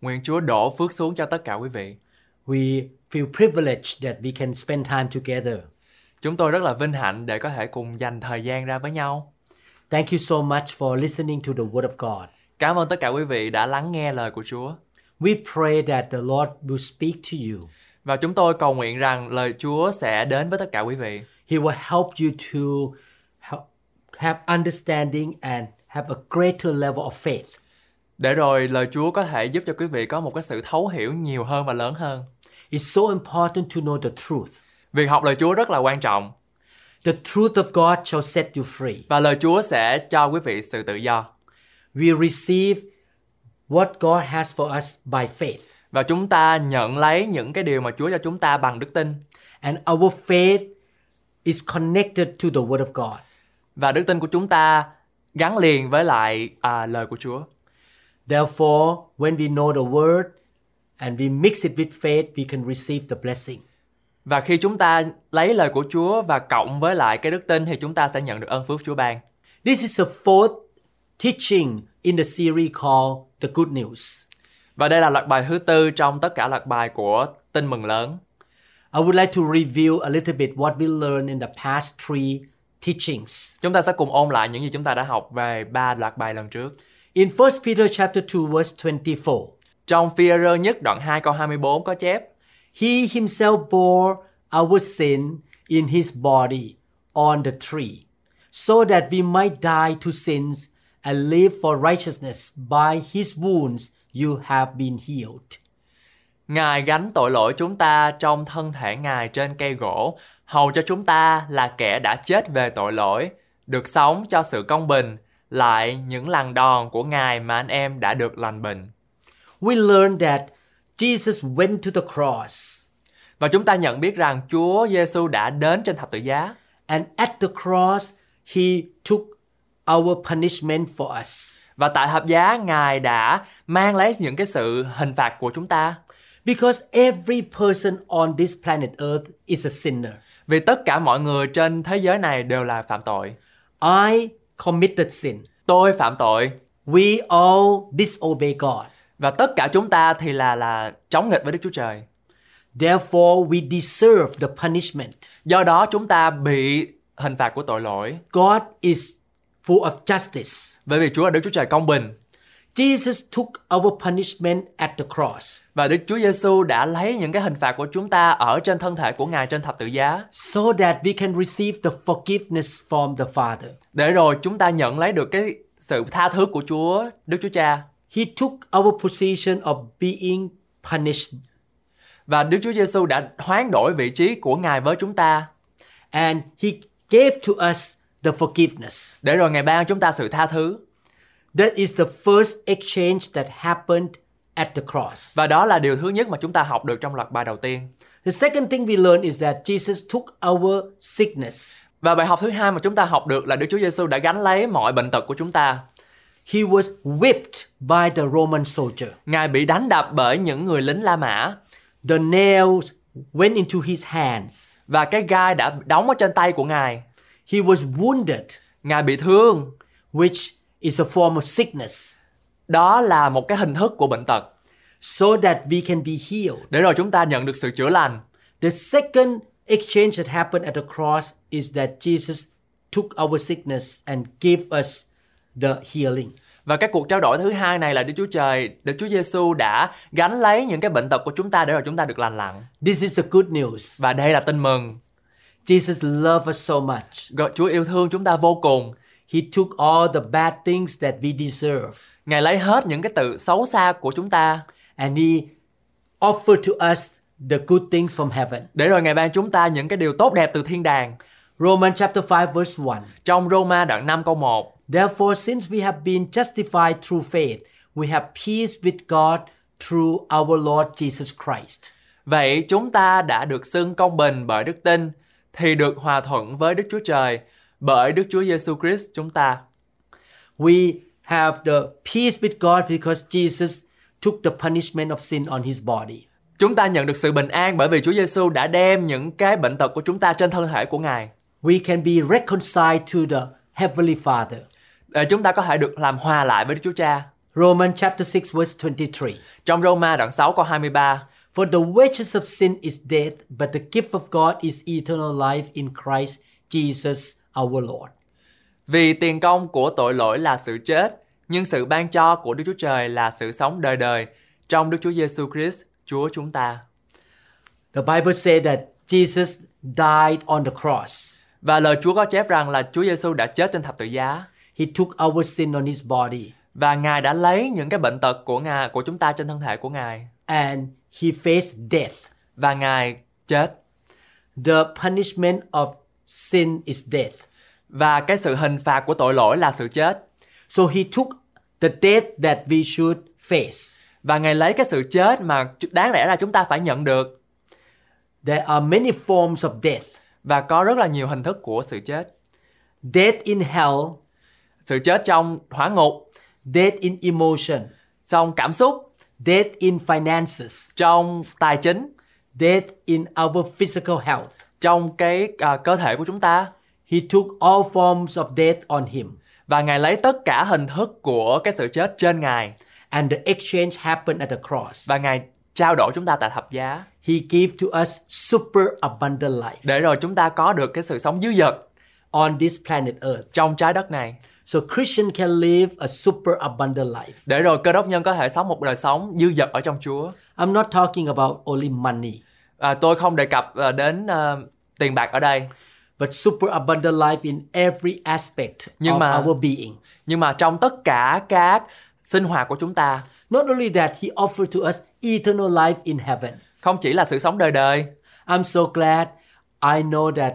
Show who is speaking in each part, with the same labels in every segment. Speaker 1: Nguyện Chúa đổ phước xuống cho tất cả quý vị.
Speaker 2: We feel privileged that we can spend time together.
Speaker 1: Chúng tôi rất là vinh hạnh để có thể cùng dành thời gian ra với nhau.
Speaker 2: Thank you so much for listening to the Word of God.
Speaker 1: Cảm ơn tất cả quý vị đã lắng nghe lời của Chúa.
Speaker 2: We pray that the Lord will speak to you.
Speaker 1: Và chúng tôi cầu nguyện rằng lời Chúa sẽ đến với tất cả quý vị.
Speaker 2: He will help you to ha- have understanding and have a greater level of faith.
Speaker 1: Để rồi lời Chúa có thể giúp cho quý vị có một cái sự thấu hiểu nhiều hơn và lớn hơn.
Speaker 2: It's so important to know the truth.
Speaker 1: Việc học lời Chúa rất là quan trọng
Speaker 2: The truth of God shall set you free.
Speaker 1: và lời Chúa sẽ cho quý vị sự tự do.
Speaker 2: We receive what God has for us by faith,
Speaker 1: Và chúng ta nhận lấy những cái điều mà Chúa cho chúng ta bằng đức tin.
Speaker 2: and our faith is connected to the Word of God.
Speaker 1: Và đức tin của chúng ta gắn liền với lại à, lời của Chúa.
Speaker 2: Therefore, when we know the Word and we mix it with faith, we can receive the blessing.
Speaker 1: Và khi chúng ta lấy lời của Chúa và cộng với lại cái đức tin thì chúng ta sẽ nhận được ơn phước Chúa ban.
Speaker 2: This is the fourth teaching in the series called The Good News.
Speaker 1: Và đây là loạt bài thứ tư trong tất cả loạt bài của Tin mừng lớn.
Speaker 2: I would like to review a little bit what we learned in the past three teachings.
Speaker 1: Chúng ta sẽ cùng ôn lại những gì chúng ta đã học về ba loạt bài lần trước.
Speaker 2: In 1 Peter chapter 2 verse 24,
Speaker 1: Trong phi rơ nhất đoạn 2 câu 24 có chép
Speaker 2: He himself bore our sin in his body on the tree, so that we might die to sins and live for righteousness. By his wounds you have been healed.
Speaker 1: Ngài gánh tội lỗi chúng ta trong thân thể Ngài trên cây gỗ, hầu cho chúng ta là kẻ đã chết về tội lỗi, được sống cho sự công bình, lại những lần đòn của Ngài mà anh em đã được lành bệnh.
Speaker 2: We learn that Jesus went to the cross,
Speaker 1: Và chúng ta nhận biết rằng Chúa Giêsu đã đến trên thập tự giá
Speaker 2: and at the cross he took our punishment for us.
Speaker 1: và tại thập giá Ngài đã mang lấy những cái sự hình phạt của chúng ta.
Speaker 2: Because every person on this planet earth is a sinner.
Speaker 1: Vì tất cả mọi người trên thế giới này đều là phạm tội.
Speaker 2: I committed sin.
Speaker 1: Tôi phạm tội
Speaker 2: We all disobey God.
Speaker 1: và tất cả chúng ta thì là là chống nghịch với Đức Chúa Trời.
Speaker 2: Therefore, we deserve the punishment.
Speaker 1: Do đó chúng ta bị hình phạt của tội lỗi
Speaker 2: God is full of justice.
Speaker 1: bởi vì Chúa là Đức Chúa Trời công bình
Speaker 2: Jesus took our punishment at the cross
Speaker 1: và Đức Chúa Giêsu đã lấy những cái hình phạt của chúng ta ở trên thân thể của Ngài trên thập tự giá
Speaker 2: so that we can receive the forgiveness from the Father.
Speaker 1: để rồi chúng ta nhận lấy được cái sự tha thứ của Chúa, Đức Chúa Cha.
Speaker 2: He took our position of being punished
Speaker 1: Và Đức Chúa Giêsu đã hoán đổi vị trí của Ngài với chúng ta
Speaker 2: and He gave to us the forgiveness.
Speaker 1: để rồi Ngài ban chúng ta sự tha thứ.
Speaker 2: That is the first exchange that happened at the cross.
Speaker 1: Và đó là điều thứ nhất mà chúng ta học được trong loạt bài đầu tiên.
Speaker 2: The second thing we learn is that Jesus took our sickness.
Speaker 1: Và bài học thứ hai mà chúng ta học được là Đức Chúa Giêsu đã gánh lấy mọi bệnh tật của chúng ta.
Speaker 2: He was whipped by the Roman soldier.
Speaker 1: Ngài bị đánh đập bởi những người lính La Mã
Speaker 2: The nails went into his hands.
Speaker 1: và cái gai đã đóng ở trên tay của Ngài.
Speaker 2: He was wounded,
Speaker 1: Ngài bị thương,
Speaker 2: which is a form of sickness,
Speaker 1: đó là một cái hình thức của bệnh tật
Speaker 2: so that we can be healed.
Speaker 1: để rồi chúng ta nhận được sự chữa lành.
Speaker 2: The second exchange that happened at the cross is that Jesus took our sickness and gave us the healing.
Speaker 1: Và cái cuộc trao đổi thứ hai này là Đức Chúa Trời, Đức Chúa Giêsu đã gánh lấy những cái bệnh tật của chúng ta để rồi chúng ta được lành lặn.
Speaker 2: This is the good news.
Speaker 1: Và đây là tin mừng.
Speaker 2: Jesus loved us so much.
Speaker 1: Gọi- Chúa yêu thương chúng ta vô cùng.
Speaker 2: He took all the bad things that we deserve
Speaker 1: Ngài lấy hết những cái tự xấu xa của chúng ta
Speaker 2: and he offered to us the good things from heaven.
Speaker 1: để rồi Ngài ban chúng ta những cái điều tốt đẹp từ thiên đàng.
Speaker 2: Romans chapter 5 verse 1.
Speaker 1: Trong Roma đoạn 5 câu 1
Speaker 2: Therefore, since we have been justified through faith, we have peace with God through our Lord Jesus Christ.
Speaker 1: Vậy chúng ta đã được xưng công bình bởi đức tin thì được hòa thuận với Đức Chúa Trời bởi Đức Chúa Giêsu Christ chúng ta.
Speaker 2: We have the peace with God because Jesus took the punishment of sin on his body.
Speaker 1: Chúng ta nhận được sự bình an bởi vì Chúa Giêsu đã đem những cái bệnh tật của chúng ta trên thân thể của Ngài
Speaker 2: We can be reconciled to the Heavenly Father.
Speaker 1: để chúng ta có thể được làm hòa lại với Đức Chúa Cha.
Speaker 2: Romans chapter 6 verse 23.
Speaker 1: Trong Roma đoạn 6 câu 23,
Speaker 2: For the wages of sin is death, but the gift of God is eternal life in Christ Jesus our Lord.
Speaker 1: Vì tiền công của tội lỗi là sự chết, nhưng sự ban cho của Đức Chúa Trời là sự sống đời đời trong Đức Chúa Giêsu Christ, Chúa chúng ta.
Speaker 2: The Bible says that Jesus died on the cross.
Speaker 1: Và lời Chúa có chép rằng là Chúa Giêsu đã chết trên thập tự giá
Speaker 2: He took our sin on his body
Speaker 1: và Ngài đã lấy những cái bệnh tật của Ngài của chúng ta trên thân thể của Ngài
Speaker 2: and he faced death.
Speaker 1: và Ngài chết
Speaker 2: The punishment of sin is death.
Speaker 1: và cái sự hình phạt của tội lỗi là sự chết
Speaker 2: So he took the death that we should face.
Speaker 1: và Ngài lấy cái sự chết mà ch- đáng lẽ là chúng ta phải nhận được
Speaker 2: There are many forms of death.
Speaker 1: và có rất là nhiều hình thức của sự chết.
Speaker 2: Death in hell,
Speaker 1: Sự chết trong hỏa ngục,
Speaker 2: death in emotion,
Speaker 1: trong cảm xúc,
Speaker 2: death in finances,
Speaker 1: trong tài chính,
Speaker 2: death in our physical health.
Speaker 1: trong cái à, cơ thể của chúng ta
Speaker 2: He took all forms of death on him.
Speaker 1: và Ngài lấy tất cả hình thức của cái sự chết trên Ngài
Speaker 2: And the exchange happened at the cross.
Speaker 1: và Ngài trao đổi chúng ta tại thập giá
Speaker 2: He gave to us super abundant life
Speaker 1: để rồi chúng ta có được cái sự sống dư dật
Speaker 2: on this planet earth.
Speaker 1: trong trái đất này
Speaker 2: So Christian can live a super abundant life.
Speaker 1: để rồi cơ đốc nhân có thể sống một đời sống dư dật ở trong Chúa.
Speaker 2: I'm not talking about only money,
Speaker 1: À, tôi không đề cập à, đến à, tiền bạc ở đây
Speaker 2: but super abundant life in every aspect
Speaker 1: Nhưng
Speaker 2: of
Speaker 1: mà-
Speaker 2: our being.
Speaker 1: nhưng mà trong tất cả các sinh hoạt của chúng ta
Speaker 2: Not only that, he offered to us eternal life in heaven.
Speaker 1: không chỉ là sự sống đời đời
Speaker 2: I'm so glad I know that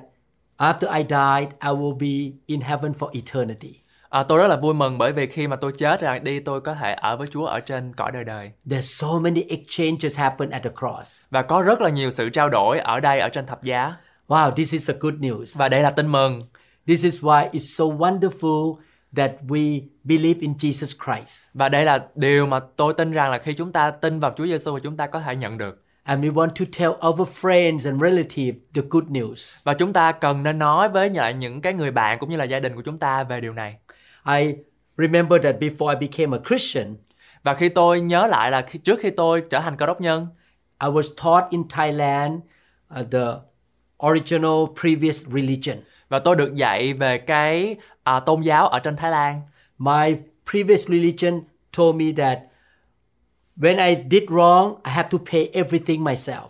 Speaker 2: after I died, I will be in heaven for eternity.
Speaker 1: À, tôi rất là vui mừng bởi vì khi mà tôi chết rồi đi tôi có thể ở với Chúa ở trên cõi đời đời
Speaker 2: There's so many exchanges happen at the cross.
Speaker 1: và có rất là nhiều sự trao đổi ở đây ở trên thập giá
Speaker 2: Wow, this is the good news.
Speaker 1: và đây là tin mừng
Speaker 2: This is why it's so wonderful that we believe in Jesus Christ.
Speaker 1: và đây là điều mà tôi tin rằng là khi chúng ta tin vào Chúa Giêsu thì chúng ta có thể nhận được
Speaker 2: And we want to tell our friends and relatives the good news.
Speaker 1: và chúng ta cần nên nói với lại những cái người bạn cũng như là gia đình của chúng ta về điều này
Speaker 2: I remember that before I became a Christian,
Speaker 1: và khi tôi nhớ lại là khi, trước khi tôi trở thành cơ đốc nhân
Speaker 2: I was taught in Thailand uh, the original previous religion.
Speaker 1: và tôi được dạy về cái à, tôn giáo ở trên Thái Lan
Speaker 2: My previous religion told me that when I did wrong, I have to pay everything myself.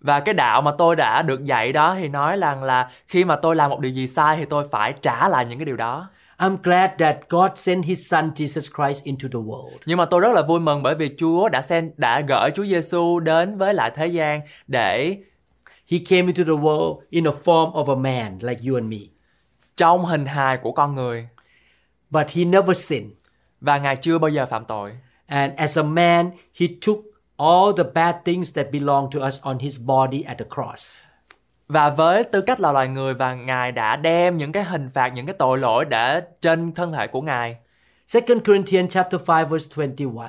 Speaker 1: Và cái đạo mà tôi đã được dạy đó thì nói rằng là khi mà tôi làm một điều gì sai thì tôi phải trả lại những cái điều đó.
Speaker 2: I'm glad that God sent his son Jesus Christ into the world.
Speaker 1: Nhưng mà tôi rất là vui mừng bởi vì Chúa đã sen đã gửi Chúa Giêsu đến với lại thế gian để
Speaker 2: He came into the world in the form of a man like you and me,
Speaker 1: trong hình hài của con người
Speaker 2: but he never sinned.
Speaker 1: và Ngài chưa bao giờ phạm tội.
Speaker 2: And as a man, he took all the bad things that belong to us on his body at the cross.
Speaker 1: Và với tư cách là loài người và Ngài đã đem những cái hình phạt, những cái tội lỗi đã trên thân thể của Ngài.
Speaker 2: 2 Corinthians chapter 5 verse 21.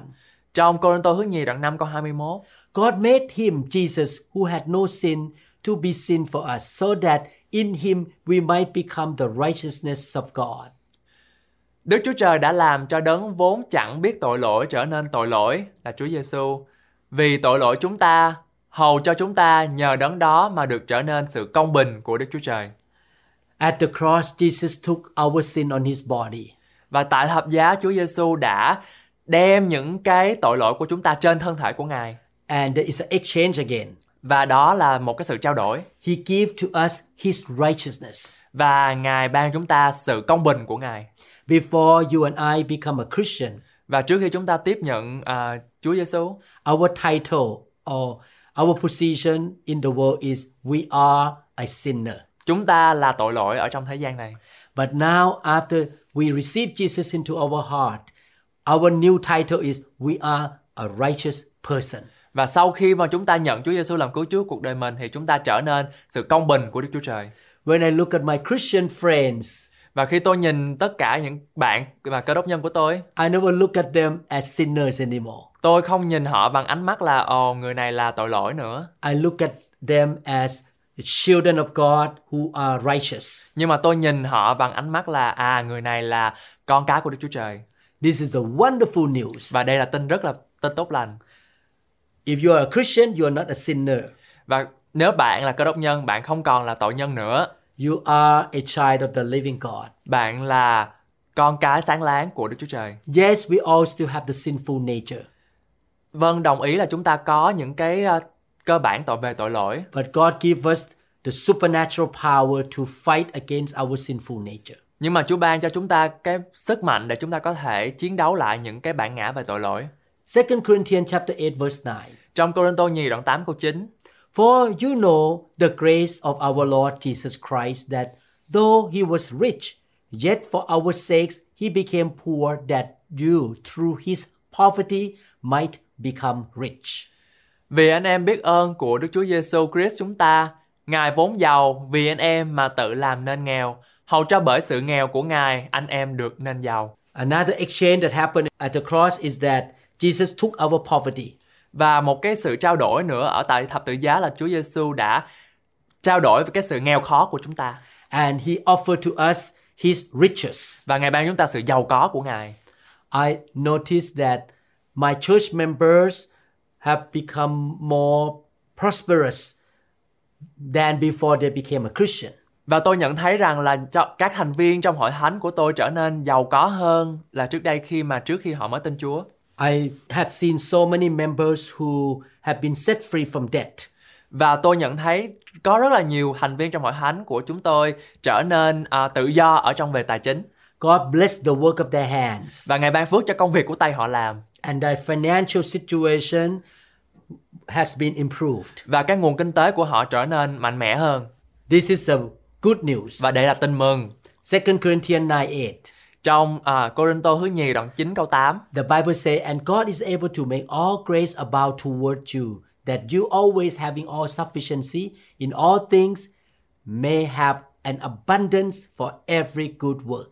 Speaker 1: Trong Cô Tô thứ nhì đoạn 5 câu 21,
Speaker 2: God made him, Jesus, who had no sin, to be sin for us, so that in him we might become the righteousness of God.
Speaker 1: Đức Chúa Trời đã làm cho đấng vốn chẳng biết tội lỗi trở nên tội lỗi là Chúa Giêsu. Vì tội lỗi chúng ta, hầu cho chúng ta nhờ đấng đó mà được trở nên sự công bình của Đức Chúa Trời.
Speaker 2: At the cross, Jesus took our sin on his body.
Speaker 1: Và tại thập giá Chúa Giêsu đã đem những cái tội lỗi của chúng ta trên thân thể của Ngài.
Speaker 2: And there is an exchange again.
Speaker 1: Và đó là một cái sự trao đổi
Speaker 2: He gave to us his righteousness.
Speaker 1: và Ngài ban chúng ta sự công bình của Ngài.
Speaker 2: Before you and I become a Christian,
Speaker 1: Và trước khi chúng ta tiếp nhận à, Chúa Giêsu,
Speaker 2: our title or our position in the world is we are a sinner.
Speaker 1: chúng ta là tội lỗi ở trong thế gian này.
Speaker 2: But now, after we receive Jesus into our heart, our new title is We Are a a righteous person.
Speaker 1: Và sau khi mà chúng ta nhận Chúa Giêsu làm cứu Chúa cuộc đời mình thì chúng ta trở nên sự công bình của Đức Chúa Trời.
Speaker 2: When I look at my Christian friends,
Speaker 1: Và khi tôi nhìn tất cả những bạn và cơ đốc nhân của tôi,
Speaker 2: I never look at them as sinners anymore.
Speaker 1: tôi không nhìn họ bằng ánh mắt là ồ người này là tội lỗi nữa,
Speaker 2: I look at them as the children of God who are righteous.
Speaker 1: nhưng mà tôi nhìn họ bằng ánh mắt là à người này là con cái của Đức Chúa Trời.
Speaker 2: This is the wonderful news.
Speaker 1: Và đây là tin rất là tin tốt lành.
Speaker 2: If you are a Christian, you are not a sinner.
Speaker 1: Và nếu bạn là cơ đốc nhân, bạn không còn là tội nhân nữa,
Speaker 2: You are a child of the living God.
Speaker 1: bạn là con cái sáng láng của Đức Chúa Trời.
Speaker 2: Yes, we all still have the sinful nature,
Speaker 1: Vâng, đồng ý là chúng ta có những cái ờ, cơ bản tội về tội lỗi,
Speaker 2: but God give us the supernatural power to fight against our sinful nature.
Speaker 1: nhưng mà Chúa ban cho chúng ta cái sức mạnh để chúng ta có thể chiến đấu lại những cái bản ngã về tội lỗi.
Speaker 2: 2 Corinthians chapter 8 verse 9.
Speaker 1: Trong Cô Rinh Tô Nhì đoạn 8 câu 9
Speaker 2: For you know the grace of our Lord Jesus Christ that though he was rich, yet for our sakes he became poor that you through his poverty might become rich.
Speaker 1: Vì anh em biết ơn của Đức Chúa Giêsu Christ chúng ta, Ngài vốn giàu vì anh em mà tự làm nên nghèo, hầu cho bởi sự nghèo của Ngài anh em được nên giàu.
Speaker 2: Another exchange that happened at the cross is that Jesus took our poverty.
Speaker 1: Và một cái sự trao đổi nữa ở tại thập tự giá là Chúa Giêsu đã trao đổi với cái sự nghèo khó của chúng ta
Speaker 2: and he offered to us his riches.
Speaker 1: và Ngài ban chúng ta sự giàu có của Ngài.
Speaker 2: I noticed that my church members have become more prosperous than before they became a Christian.
Speaker 1: Và tôi nhận thấy rằng là cho các thành viên trong hội thánh của tôi trở nên giàu có hơn là trước đây khi mà trước khi họ mới tin Chúa.
Speaker 2: I have seen so many members who have been set free from debt.
Speaker 1: Và tôi nhận thấy có rất là nhiều thành viên trong hội thánh của chúng tôi trở nên à, tự do ở trong về tài chính
Speaker 2: God bless the work of their hands,
Speaker 1: và Ngài ban phước cho công việc của tay họ làm
Speaker 2: and their financial situation has been improved.
Speaker 1: và cái nguồn kinh tế của họ trở nên mạnh mẽ hơn.
Speaker 2: This is the good news.
Speaker 1: Và đây là tin mừng.
Speaker 2: 2 Corinthians 9 8.
Speaker 1: Trong à, Corinto thứ nhì đoạn 9 câu 8
Speaker 2: The Bible says, and God is able to make all grace abound toward you, that you always having all sufficiency in all things may have an abundance for every good work.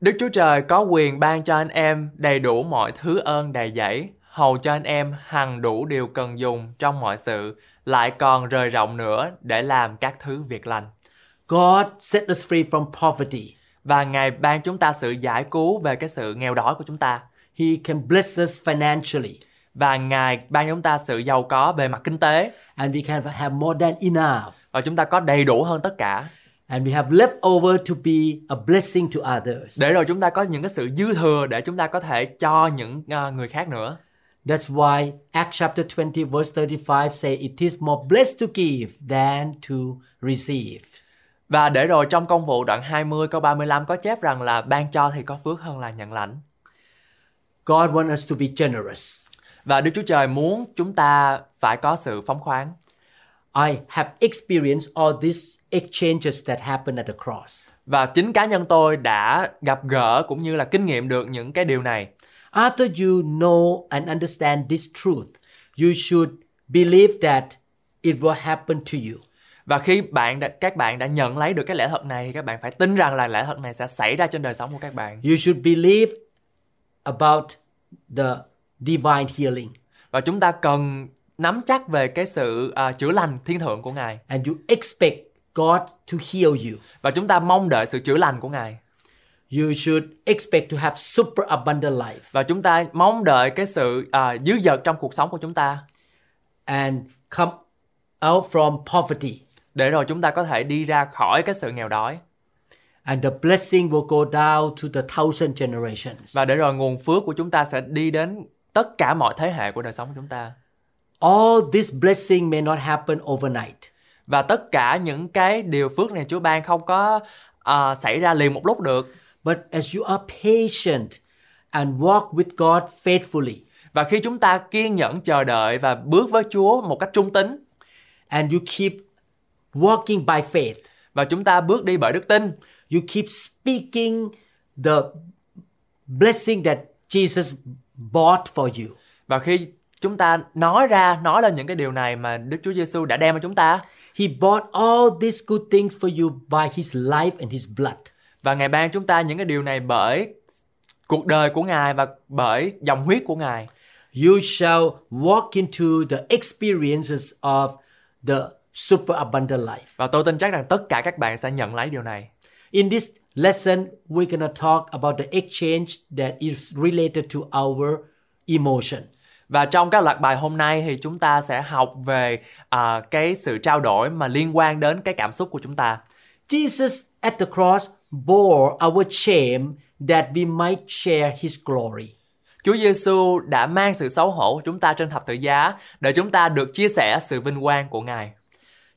Speaker 1: Đức Chúa Trời có quyền ban cho anh em đầy đủ mọi thứ ơn đầy dẫy, hầu cho anh em hằng đủ điều cần dùng trong mọi sự, lại còn rời rộng nữa để làm các thứ việc lành.
Speaker 2: God set us free from poverty.
Speaker 1: Và Ngài ban chúng ta sự giải cứu về cái sự nghèo đói của chúng ta.
Speaker 2: He can bless us financially,
Speaker 1: Và Ngài ban chúng ta sự giàu có về mặt kinh tế.
Speaker 2: and we can have more than enough,
Speaker 1: Và chúng ta có đầy đủ hơn tất cả.
Speaker 2: and we have left over to be a blessing to others.
Speaker 1: Để rồi chúng ta có những cái sự dư thừa để chúng ta có thể cho những à, người khác nữa.
Speaker 2: That's why Acts chapter 20 verse 35 say it is more blessed to give than to receive.
Speaker 1: Và để rồi trong công vụ đoạn 20 câu 35 có chép rằng là ban cho thì có phước hơn là nhận lãnh.
Speaker 2: God wants us to be generous.
Speaker 1: Và Đức Chúa Trời muốn chúng ta phải có sự phóng khoáng.
Speaker 2: I have experienced all these exchanges that happen at the cross.
Speaker 1: Và chính cá nhân tôi đã gặp gỡ cũng như là kinh nghiệm được những cái điều này.
Speaker 2: After you know and understand this truth, you should believe that it will happen to you.
Speaker 1: Và khi bạn đã, các bạn đã nhận lấy được cái lẽ thật này thì các bạn phải tin rằng là lẽ thật này sẽ xảy ra trên đời sống của các bạn.
Speaker 2: You should believe about the divine healing
Speaker 1: Và chúng ta cần nắm chắc về cái sự à, chữa lành thiên thượng của Ngài
Speaker 2: and you expect God to heal you.
Speaker 1: và chúng ta mong đợi sự chữa lành của Ngài
Speaker 2: You should expect to have super abundant life
Speaker 1: và chúng ta mong đợi cái sự à, dư dật trong cuộc sống của chúng ta
Speaker 2: and come out from poverty.
Speaker 1: để rồi chúng ta có thể đi ra khỏi cái sự nghèo đói
Speaker 2: And the blessing will go down to the thousand generations.
Speaker 1: và để rồi nguồn phước của chúng ta sẽ đi đến tất cả mọi thế hệ của đời sống của chúng ta
Speaker 2: All this blessing may not happen overnight.
Speaker 1: và tất cả những cái điều phước này Chúa ban không có à, xảy ra liền một lúc được
Speaker 2: But as you are patient and walk with God faithfully,
Speaker 1: và khi chúng ta kiên nhẫn chờ đợi và bước với Chúa một cách trung tín
Speaker 2: and you keep walking by faith,
Speaker 1: và chúng ta bước đi bởi đức tin
Speaker 2: you keep speaking the blessing that Jesus bought for you,
Speaker 1: và khi Chúng ta nói ra, nói lên những cái điều này mà Đức Chúa Giêsu đã đem cho chúng ta
Speaker 2: He bought all these good things for you by his life and his blood.
Speaker 1: và Ngài ban chúng ta những cái điều này bởi cuộc đời của Ngài và bởi dòng huyết của Ngài.
Speaker 2: You shall walk into the experiences of the superabundant life.
Speaker 1: Và tôi tin chắc rằng tất cả các bạn sẽ nhận lấy điều này.
Speaker 2: In this lesson, we're going to talk about the exchange that is related to our emotion.
Speaker 1: Và trong các loạt bài hôm nay thì chúng ta sẽ học về à, cái sự trao đổi mà liên quan đến cái cảm xúc của chúng ta.
Speaker 2: Jesus at the cross bore our shame that we might share his glory.
Speaker 1: Chúa Giêsu đã mang sự xấu hổ của chúng ta trên thập tự giá để chúng ta được chia sẻ sự vinh quang của Ngài.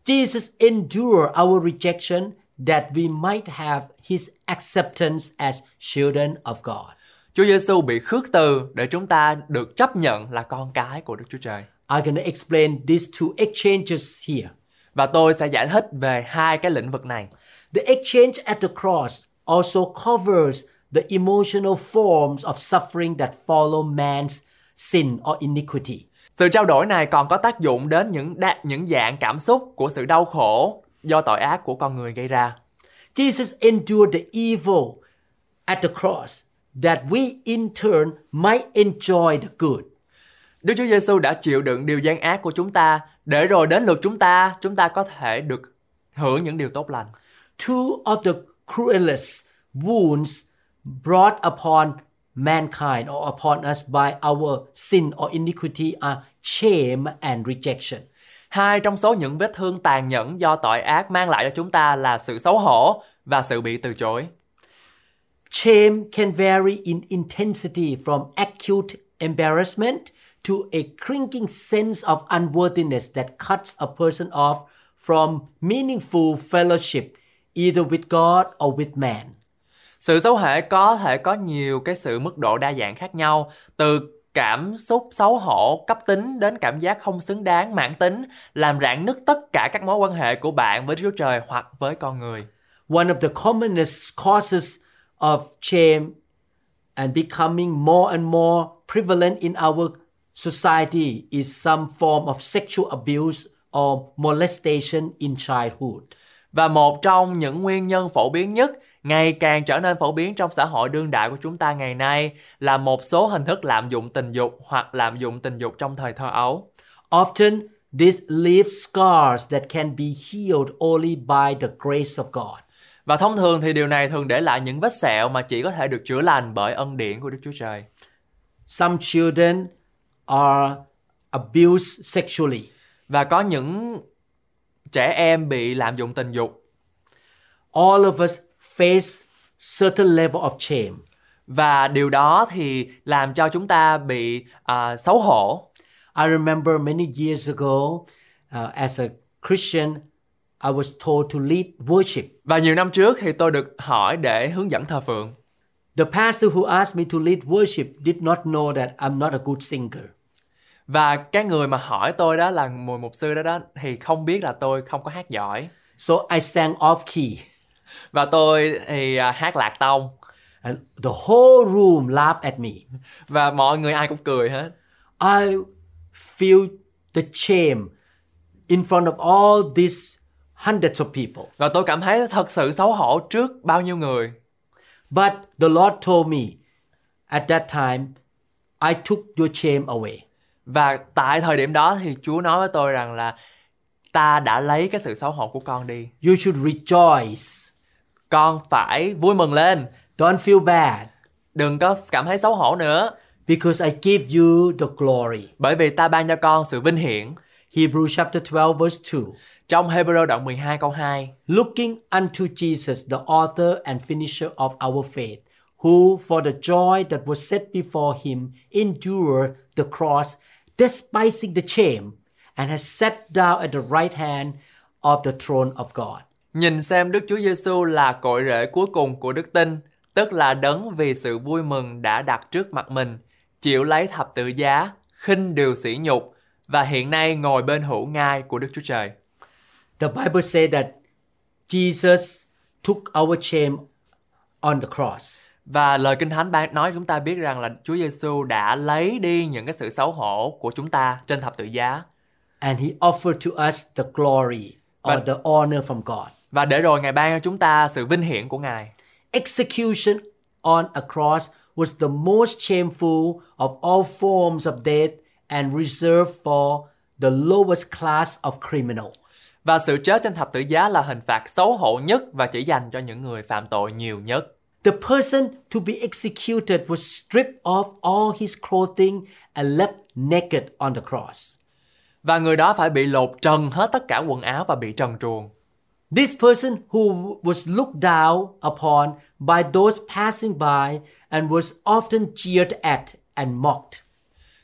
Speaker 2: Jesus endured our rejection that we might have his acceptance as children of God.
Speaker 1: Chúa Giêsu bị khước từ để chúng ta được chấp nhận là con cái của Đức Chúa Trời.
Speaker 2: I'm going to explain these two exchanges here.
Speaker 1: Và tôi sẽ giải thích về hai cái lĩnh vực này.
Speaker 2: The exchange at the cross also covers the emotional forms of suffering that follow man's sin or iniquity.
Speaker 1: Sự trao đổi này còn có tác dụng đến những đa, những dạng cảm xúc của sự đau khổ do tội ác của con người gây ra.
Speaker 2: Jesus endured the evil at the cross that we in turn might enjoy the good.
Speaker 1: Đức Chúa Giêsu đã chịu đựng điều gian ác của chúng ta để rồi đến lượt chúng ta, chúng ta có thể được hưởng những điều tốt lành.
Speaker 2: Two of the cruelest wounds brought upon mankind or upon us by our sin or iniquity are shame and rejection.
Speaker 1: Hai trong số những vết thương tàn nhẫn do tội ác mang lại cho chúng ta là sự xấu hổ và sự bị từ chối.
Speaker 2: Shame can vary in intensity from acute embarrassment to a cringing sense of unworthiness that cuts a person off from meaningful fellowship, either with God or with man.
Speaker 1: Sự xấu hổ có thể có nhiều cái sự mức độ đa dạng khác nhau, từ cảm xúc xấu hổ cấp tính đến cảm giác không xứng đáng mãn tính, làm rạn nứt tất cả các mối quan hệ của bạn với Đức Chúa Trời hoặc với con người.
Speaker 2: One of the commonest causes of shame and becoming more and more prevalent in our society is some form of sexual abuse or molestation in childhood.
Speaker 1: Và một trong những nguyên nhân phổ biến nhất ngày càng trở nên phổ biến trong xã hội đương đại của chúng ta ngày nay là một số hình thức lạm dụng tình dục hoặc lạm dụng tình dục trong thời thơ ấu.
Speaker 2: Often, this leaves scars that can be healed only by the grace of God.
Speaker 1: Và thông thường thì điều này thường để lại những vết sẹo mà chỉ có thể được chữa lành bởi ân điển của Đức Chúa Trời.
Speaker 2: Some children are abused sexually.
Speaker 1: Và có những trẻ em bị lạm dụng tình dục
Speaker 2: All of us face certain level of shame.
Speaker 1: và điều đó thì làm cho chúng ta bị à, xấu hổ.
Speaker 2: I remember many years ago, uh, as a Christian, I was told to lead worship.
Speaker 1: Và nhiều năm trước thì tôi được hỏi để hướng dẫn thờ phượng.
Speaker 2: The pastor who asked me to lead worship did not know that I'm not a good singer.
Speaker 1: Và cái người mà hỏi tôi đó là mùi mục sư đó đó thì không biết là tôi không có hát giỏi.
Speaker 2: So I sang off key,
Speaker 1: Và tôi thì à, hát lạc tông
Speaker 2: and the whole room laughed at me.
Speaker 1: và mọi người ai cũng cười hết.
Speaker 2: I feel the shame in front of all these hundreds of people.
Speaker 1: Và tôi cảm thấy thật sự xấu hổ trước bao nhiêu người.
Speaker 2: But the Lord told me at that time, I took your shame away.
Speaker 1: Và tại thời điểm đó thì Chúa nói với tôi rằng là ta đã lấy cái sự xấu hổ của con đi.
Speaker 2: You should rejoice.
Speaker 1: Con phải vui mừng lên,
Speaker 2: Don't feel bad
Speaker 1: đừng có cảm thấy xấu hổ nữa,
Speaker 2: because I give you the glory.
Speaker 1: bởi vì ta ban cho con sự vinh hiển.
Speaker 2: Hebrews chapter 12, verse 2.
Speaker 1: Trong Hebrew đoạn 12 câu 2,
Speaker 2: Looking unto Jesus, the author and finisher of our faith, who for the joy that was set before him endured the cross, despising the shame, and has sat down at the right hand of the throne of God.
Speaker 1: nhìn xem Đức Chúa Giêsu là cội rễ cuối cùng của đức tin, tức là đấng vì sự vui mừng đã đặt trước mặt mình, chịu lấy thập tự giá, khinh điều sỉ nhục và hiện nay ngồi bên hữu ngai của Đức Chúa Trời.
Speaker 2: The Bible says that Jesus took our shame on the cross.
Speaker 1: Và lời Kinh Thánh ban nói chúng ta biết rằng là Chúa Giêsu đã lấy đi những cái sự xấu hổ của chúng ta trên thập tự giá
Speaker 2: and he offered to us the glory or
Speaker 1: But-
Speaker 2: the honor from God.
Speaker 1: và để rồi Ngài ban cho chúng ta sự vinh hiển của Ngài.
Speaker 2: Execution on a cross was the most shameful of all forms of death and reserved for the lowest class of criminal.
Speaker 1: Và sự chết trên thập tự giá là hình phạt xấu hổ nhất và chỉ dành cho những người phạm tội nhiều nhất.
Speaker 2: The person to be executed was stripped of all his clothing and left naked on the cross.
Speaker 1: Và người đó phải bị lột trần hết tất cả quần áo và bị trần truồng.
Speaker 2: This person who was looked down upon by those passing by and was often jeered at and mocked.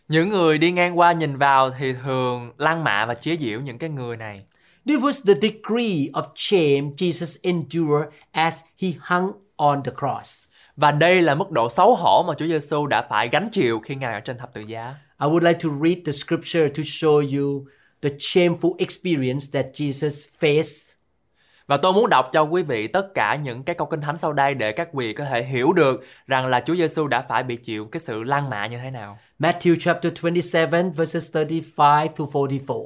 Speaker 1: Những người đi ngang qua nhìn vào thì thường lăng mạ và chế giễu những cái người này.
Speaker 2: This was the degree of shame Jesus endured as he hung on the cross.
Speaker 1: Và đây là mức độ xấu hổ mà Chúa Giêsu đã phải gánh chịu khi Ngài ở trên thập tự giá.
Speaker 2: I would like to read the scripture to show you the shameful experience that Jesus faced.
Speaker 1: Và tôi muốn đọc cho quý vị tất cả những cái câu kinh thánh sau đây để các vị có thể hiểu được rằng là Chúa Giêsu đã phải bị chịu cái sự lăng mạ như thế nào.
Speaker 2: Matthew chapter 27 verses 35 to 44.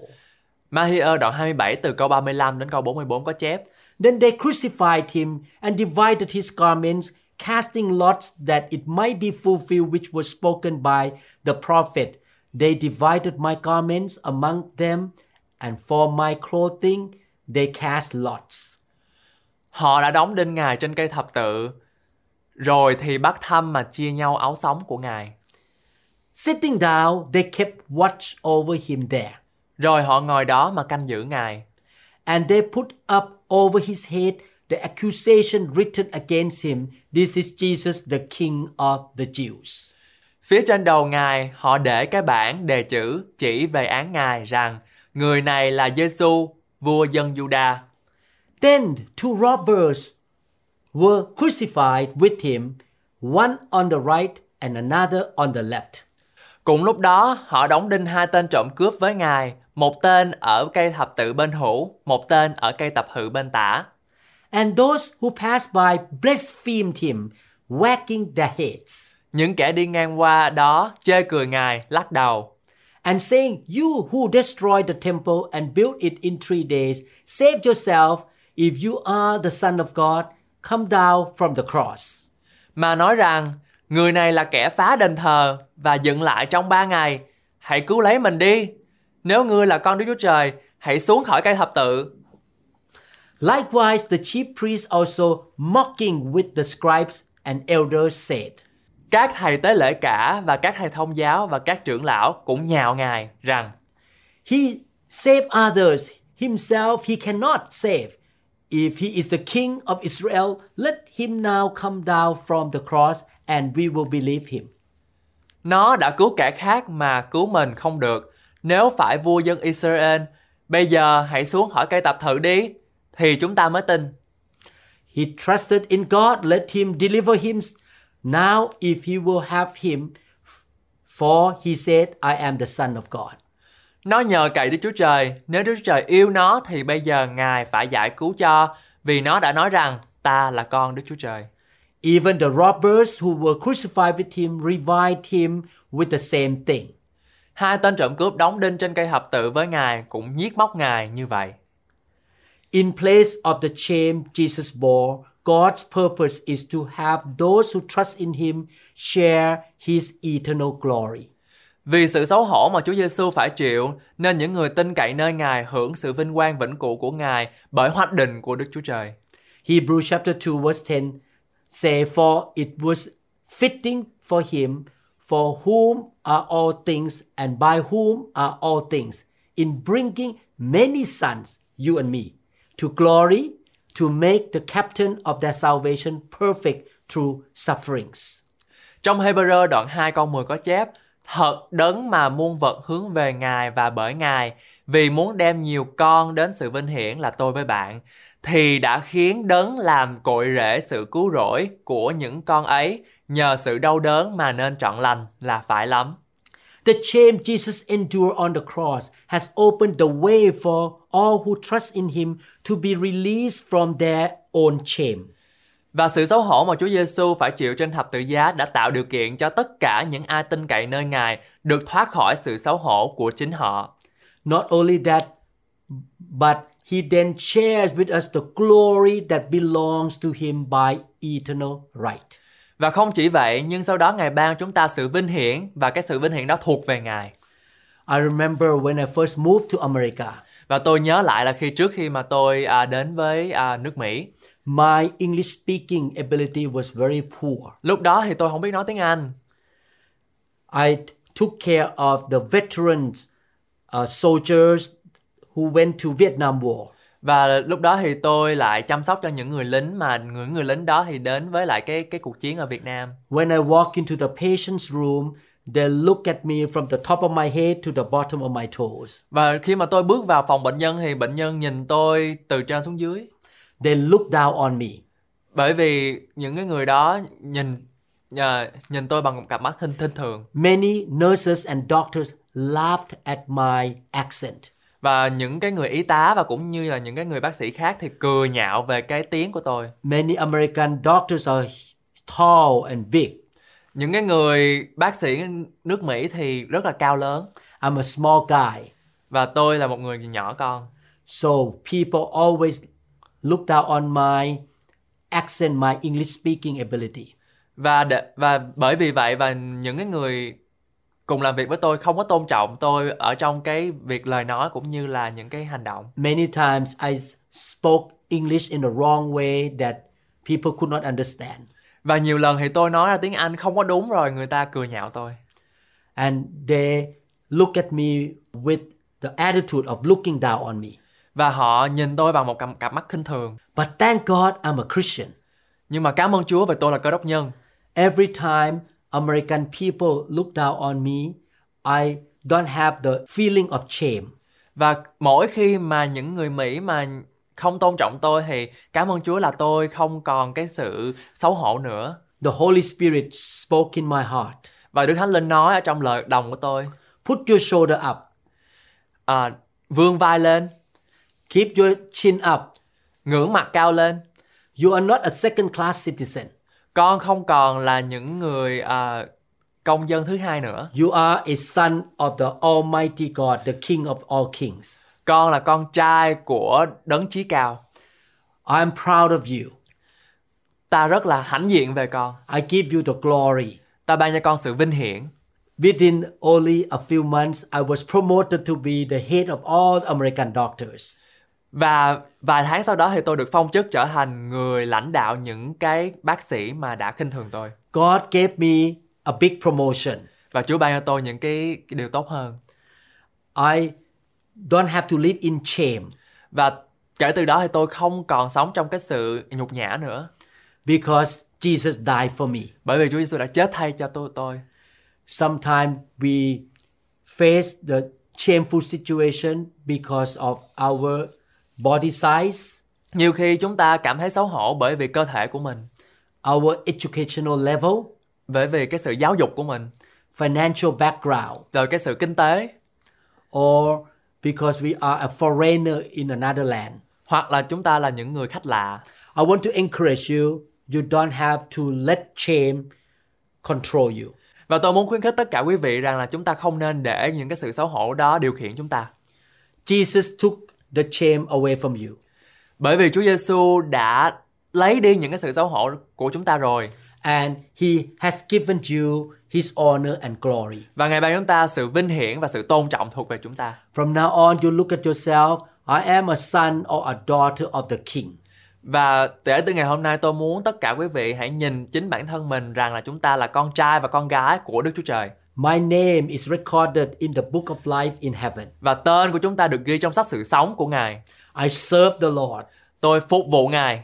Speaker 1: Mahir đoạn 27 từ câu 35 đến câu 44 có chép
Speaker 2: Then they crucified him and divided his garments, casting lots that it might be fulfilled which was spoken by the prophet. They divided my garments among them, and for my clothing they cast lots.
Speaker 1: Họ đã đóng đinh Ngài trên cây thập tự Rồi thì bắt thăm mà chia nhau áo sống của Ngài
Speaker 2: Sitting down, they kept watch over him there,
Speaker 1: Rồi họ ngồi đó mà canh giữ Ngài
Speaker 2: and they put up over his head the accusation written against him This is Jesus, the King of the Jews.
Speaker 1: Phía trên đầu Ngài họ để cái bảng đề chữ chỉ về án Ngài rằng Người này là Giêsu vua dân Juda
Speaker 2: Then two robbers were crucified with him, one on the right and another on the left.
Speaker 1: Cùng lúc đó, họ đóng đinh hai tên trộm cướp với Ngài, một tên ở cây thập tự bên hữu, một tên ở cây tập hữu bên tả.
Speaker 2: And those who passed by blasphemed him, wagging their heads
Speaker 1: Những kẻ đi ngang qua đó chê cười Ngài, lắc đầu.
Speaker 2: and saying, You who destroyed the temple and built it in three days, save yourself. If you are the Son of God, come down from the cross.
Speaker 1: Mà nói rằng, người này là kẻ phá đền thờ và dựng lại trong ba ngày. Hãy cứu lấy mình đi. Nếu ngươi là con Đức Chúa Trời, hãy xuống khỏi cây thập tự.
Speaker 2: Likewise, the chief priests also, mocking with the scribes and elders, said,
Speaker 1: Các thầy tế lễ cả và các thầy thông giáo và các trưởng lão cũng nhào Ngài rằng
Speaker 2: He save others, himself he cannot save. If he is the king of Israel, let him now come down from the cross and we will believe him.
Speaker 1: Nó đã cứu kẻ khác mà cứu mình không được. Nếu phải vua dân Israel, bây giờ hãy xuống khỏi cây tập thự đi, thì chúng ta mới tin.
Speaker 2: He trusted in God, let him deliver him now if he will have him. For he said, I am the Son of God.
Speaker 1: Nó nhờ cậy Đức Chúa Trời, nếu Đức Chúa Trời yêu nó thì bây giờ Ngài phải giải cứu cho, vì nó đã nói rằng ta là con Đức Chúa Trời.
Speaker 2: Even the robbers who were crucified with him reviled him with the same thing.
Speaker 1: Hai tên trộm cướp đóng đinh trên cây hợp tự với Ngài cũng giết móc Ngài như vậy.
Speaker 2: In place of the shame Jesus bore, God's purpose is to have those who trust in him share his eternal glory.
Speaker 1: Vì sự xấu hổ mà Chúa Giêsu phải chịu, nên những người tin cậy nơi Ngài hưởng sự vinh quang vĩnh cửu của Ngài bởi hoạch định của Đức Chúa Trời.
Speaker 2: Hebrews chapter 2 verse 10 say for it was fitting for him for whom are all things and by whom are all things in bringing many sons you and me to glory to make the captain of their salvation perfect through sufferings.
Speaker 1: Trong Hebrew đoạn 2 câu 10 có chép Thật đấng mà muôn vật hướng về Ngài và bởi Ngài Vì muốn đem nhiều con đến sự vinh hiển là tôi với bạn Thì đã khiến đấng làm cội rễ sự cứu rỗi của những con ấy Nhờ sự đau đớn mà nên trọn lành là phải lắm
Speaker 2: The shame Jesus endured on the cross has opened the way for all who trust in him to be released from their own shame.
Speaker 1: Và sự xấu hổ mà Chúa Giêsu phải chịu trên thập tự giá đã tạo điều kiện cho tất cả những ai tin cậy nơi Ngài được thoát khỏi sự xấu hổ của chính họ.
Speaker 2: Not only that, but he then shares with us the glory that belongs to him by eternal right.
Speaker 1: Và không chỉ vậy, nhưng sau đó Ngài ban chúng ta sự vinh hiển và cái sự vinh hiển đó thuộc về Ngài.
Speaker 2: I remember when I first moved to America,
Speaker 1: Và tôi nhớ lại là khi trước khi mà tôi à, đến với à, nước Mỹ,
Speaker 2: my English speaking ability was very poor.
Speaker 1: lúc đó thì tôi không biết nói tiếng Anh.
Speaker 2: I took care of the veterans uh, soldiers who went to Vietnam War.
Speaker 1: Và lúc đó thì tôi lại chăm sóc cho những người lính mà những người lính đó thì đến với lại cái cái cuộc chiến ở Việt Nam.
Speaker 2: When I walk into the patient's room, they look at me from the top of my head to the bottom of my toes.
Speaker 1: Và khi mà tôi bước vào phòng bệnh nhân thì bệnh nhân nhìn tôi từ trên xuống dưới.
Speaker 2: They look down on me.
Speaker 1: Bởi vì những cái người đó nhìn à, nhìn tôi bằng một cặp mắt thinh thinh thường
Speaker 2: Many nurses and doctors laughed at my accent.
Speaker 1: và những cái người y tá và cũng như là những cái người bác sĩ khác thì cười nhạo về cái tiếng của tôi.
Speaker 2: Many American doctors are tall and big.
Speaker 1: Những cái người bác sĩ nước Mỹ thì rất là cao lớn
Speaker 2: I'm a small guy.
Speaker 1: và tôi là một người nhỏ con.
Speaker 2: So people always look down on my accent, my English speaking ability.
Speaker 1: và để, và bởi vì vậy và những cái người cùng làm việc với tôi không có tôn trọng tôi ở trong cái việc lời nói cũng như là những cái hành động
Speaker 2: Many times I s- spoke English in the wrong way that people could not understand.
Speaker 1: và nhiều lần thì tôi nói ra tiếng Anh không có đúng rồi người ta cười nhạo tôi
Speaker 2: And they look at me with the attitude of looking down on me.
Speaker 1: và họ nhìn tôi bằng một cặp, cặp mắt khinh thường
Speaker 2: But thank God I'm a Christian.
Speaker 1: nhưng mà cảm ơn Chúa về tôi là cơ đốc nhân
Speaker 2: Every time American people look down on me, I don't have the feeling of shame.
Speaker 1: và mỗi khi mà những người Mỹ mà không tôn trọng tôi thì cảm ơn Chúa là tôi không còn cái sự xấu hổ nữa
Speaker 2: The Holy Spirit spoke in my heart.
Speaker 1: và Đức Thánh Linh nói ở trong lời đồng của tôi
Speaker 2: Put your shoulder up.
Speaker 1: à, vươn vai lên
Speaker 2: Keep your chin up.
Speaker 1: ngưỡng mặt cao lên
Speaker 2: You are not a second class citizen.
Speaker 1: con không còn là những người à, công dân thứ hai nữa
Speaker 2: You are a son of the Almighty God, the King of all kings.
Speaker 1: con là con trai của đấng chí cao
Speaker 2: I'm proud of you.
Speaker 1: ta rất là hãnh diện về con
Speaker 2: I give you the glory.
Speaker 1: ta ban cho con sự vinh hiển
Speaker 2: Within only a few months, I was promoted to be the head of all American doctors.
Speaker 1: và vài tháng sau đó thì tôi được phong chức trở thành người lãnh đạo những cái bác sĩ mà đã khinh thường tôi
Speaker 2: God gave me a big promotion.
Speaker 1: và Chúa ban cho tôi những cái, cái điều tốt hơn
Speaker 2: I don't have to live in shame
Speaker 1: và kể từ đó thì tôi không còn sống trong cái sự nhục nhã nữa
Speaker 2: because Jesus died for me.
Speaker 1: bởi vì Chúa Giêsu đã chết thay cho tôi tôi
Speaker 2: Sometimes we face the shameful situation because of our body size,
Speaker 1: nhiều khi chúng ta cảm thấy xấu hổ bởi vì cơ thể của mình
Speaker 2: our educational level,
Speaker 1: bởi vì cái sự giáo dục của mình
Speaker 2: financial background,
Speaker 1: rồi cái sự kinh tế
Speaker 2: or because we are a foreigner in another land.
Speaker 1: hoặc là chúng ta là những người khách lạ
Speaker 2: I want to encourage you, you don't have to let shame control you.
Speaker 1: và tôi muốn khuyến khích tất cả quý vị rằng là chúng ta không nên để những cái sự xấu hổ đó điều khiển chúng ta
Speaker 2: Jesus took the shame away from you.
Speaker 1: bởi vì Chúa Giêsu đã lấy đi những cái sự xấu hổ của chúng ta rồi
Speaker 2: and he has given you his honor and glory.
Speaker 1: và ngày ban chúng ta sự vinh hiển và sự tôn trọng thuộc về chúng ta
Speaker 2: From now on, you look at yourself. I am a son or a daughter of the king.
Speaker 1: và kể từ ngày hôm nay tôi muốn tất cả quý vị hãy nhìn chính bản thân mình rằng là chúng ta là con trai và con gái của Đức Chúa Trời
Speaker 2: My name is recorded in the book of life in heaven.
Speaker 1: và tên của chúng ta được ghi trong sách sự sống của Ngài
Speaker 2: I serve the Lord.
Speaker 1: tôi phục vụ Ngài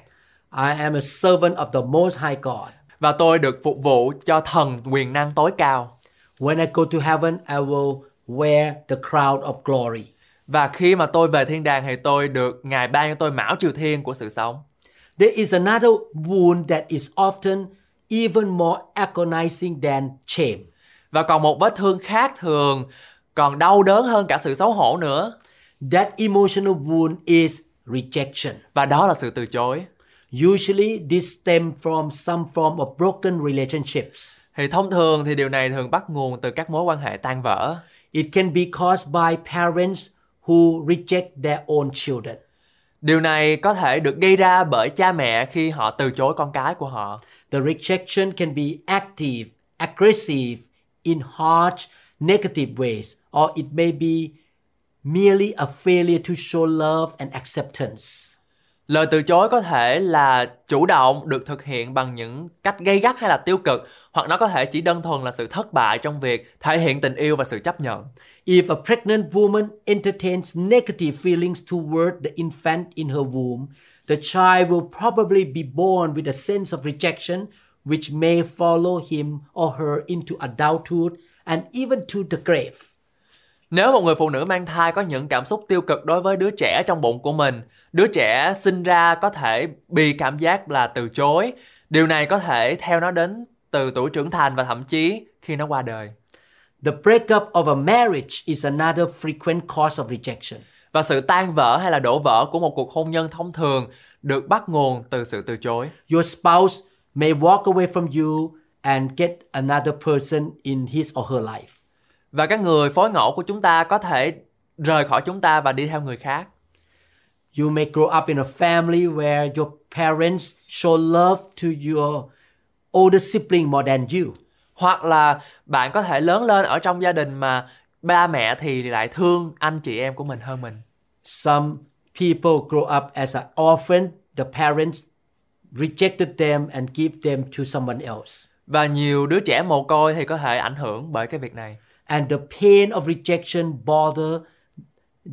Speaker 2: I am a servant of the Most High God.
Speaker 1: và tôi được phục vụ cho thần quyền năng tối cao
Speaker 2: When I go to heaven, I will wear the crown of glory.
Speaker 1: Và khi mà tôi về thiên đàng thì tôi được Ngài ban cho tôi mão triều thiên của sự sống.
Speaker 2: There is another wound that is often even more agonizing than shame.
Speaker 1: Và còn một vết thương khác thường còn đau đớn hơn cả sự xấu hổ nữa.
Speaker 2: That emotional wound is rejection.
Speaker 1: Và đó là sự từ chối.
Speaker 2: Usually, this stems from some form of broken relationships.
Speaker 1: Thì thông thường thì điều này thường bắt nguồn từ các mối quan hệ tan vỡ.
Speaker 2: It can be caused by parents who reject their own children.
Speaker 1: Điều này có thể được gây ra bởi cha mẹ khi họ từ chối con cái của họ.
Speaker 2: The rejection can be active, aggressive, in harsh, negative ways, or it may be merely a failure to show love and acceptance.
Speaker 1: Lời từ chối có thể là chủ động được thực hiện bằng những cách gây gắt hay là tiêu cực, hoặc nó có thể chỉ đơn thuần là sự thất bại trong việc thể hiện tình yêu và sự chấp nhận.
Speaker 2: If a pregnant woman entertains negative feelings toward the infant in her womb, the child will probably be born with a sense of rejection which may follow him or her into adulthood and even to the grave.
Speaker 1: Nếu một người phụ nữ mang thai có những cảm xúc tiêu cực đối với đứa trẻ trong bụng của mình, đứa trẻ sinh ra có thể bị cảm giác là từ chối. Điều này có thể theo nó đến từ tuổi trưởng thành và thậm chí khi nó qua đời.
Speaker 2: The breakup of a marriage is another frequent cause of rejection.
Speaker 1: Và sự tan vỡ hay là đổ vỡ của một cuộc hôn nhân thông thường được bắt nguồn từ sự từ chối.
Speaker 2: Your spouse may walk away from you and get another person in his or her life.
Speaker 1: Và các người phối ngẫu của chúng ta có thể rời khỏi chúng ta và đi theo người khác.
Speaker 2: You may grow up in a family where your parents show love to your older sibling more than you.
Speaker 1: Hoặc là bạn có thể lớn lên ở trong gia đình mà ba mẹ thì lại thương anh chị em của mình hơn mình.
Speaker 2: Some people grow up as an orphan, the parents rejected them and give them to someone else.
Speaker 1: Và nhiều đứa trẻ mồ côi thì có thể ảnh hưởng bởi cái việc này.
Speaker 2: And the pain of rejection bother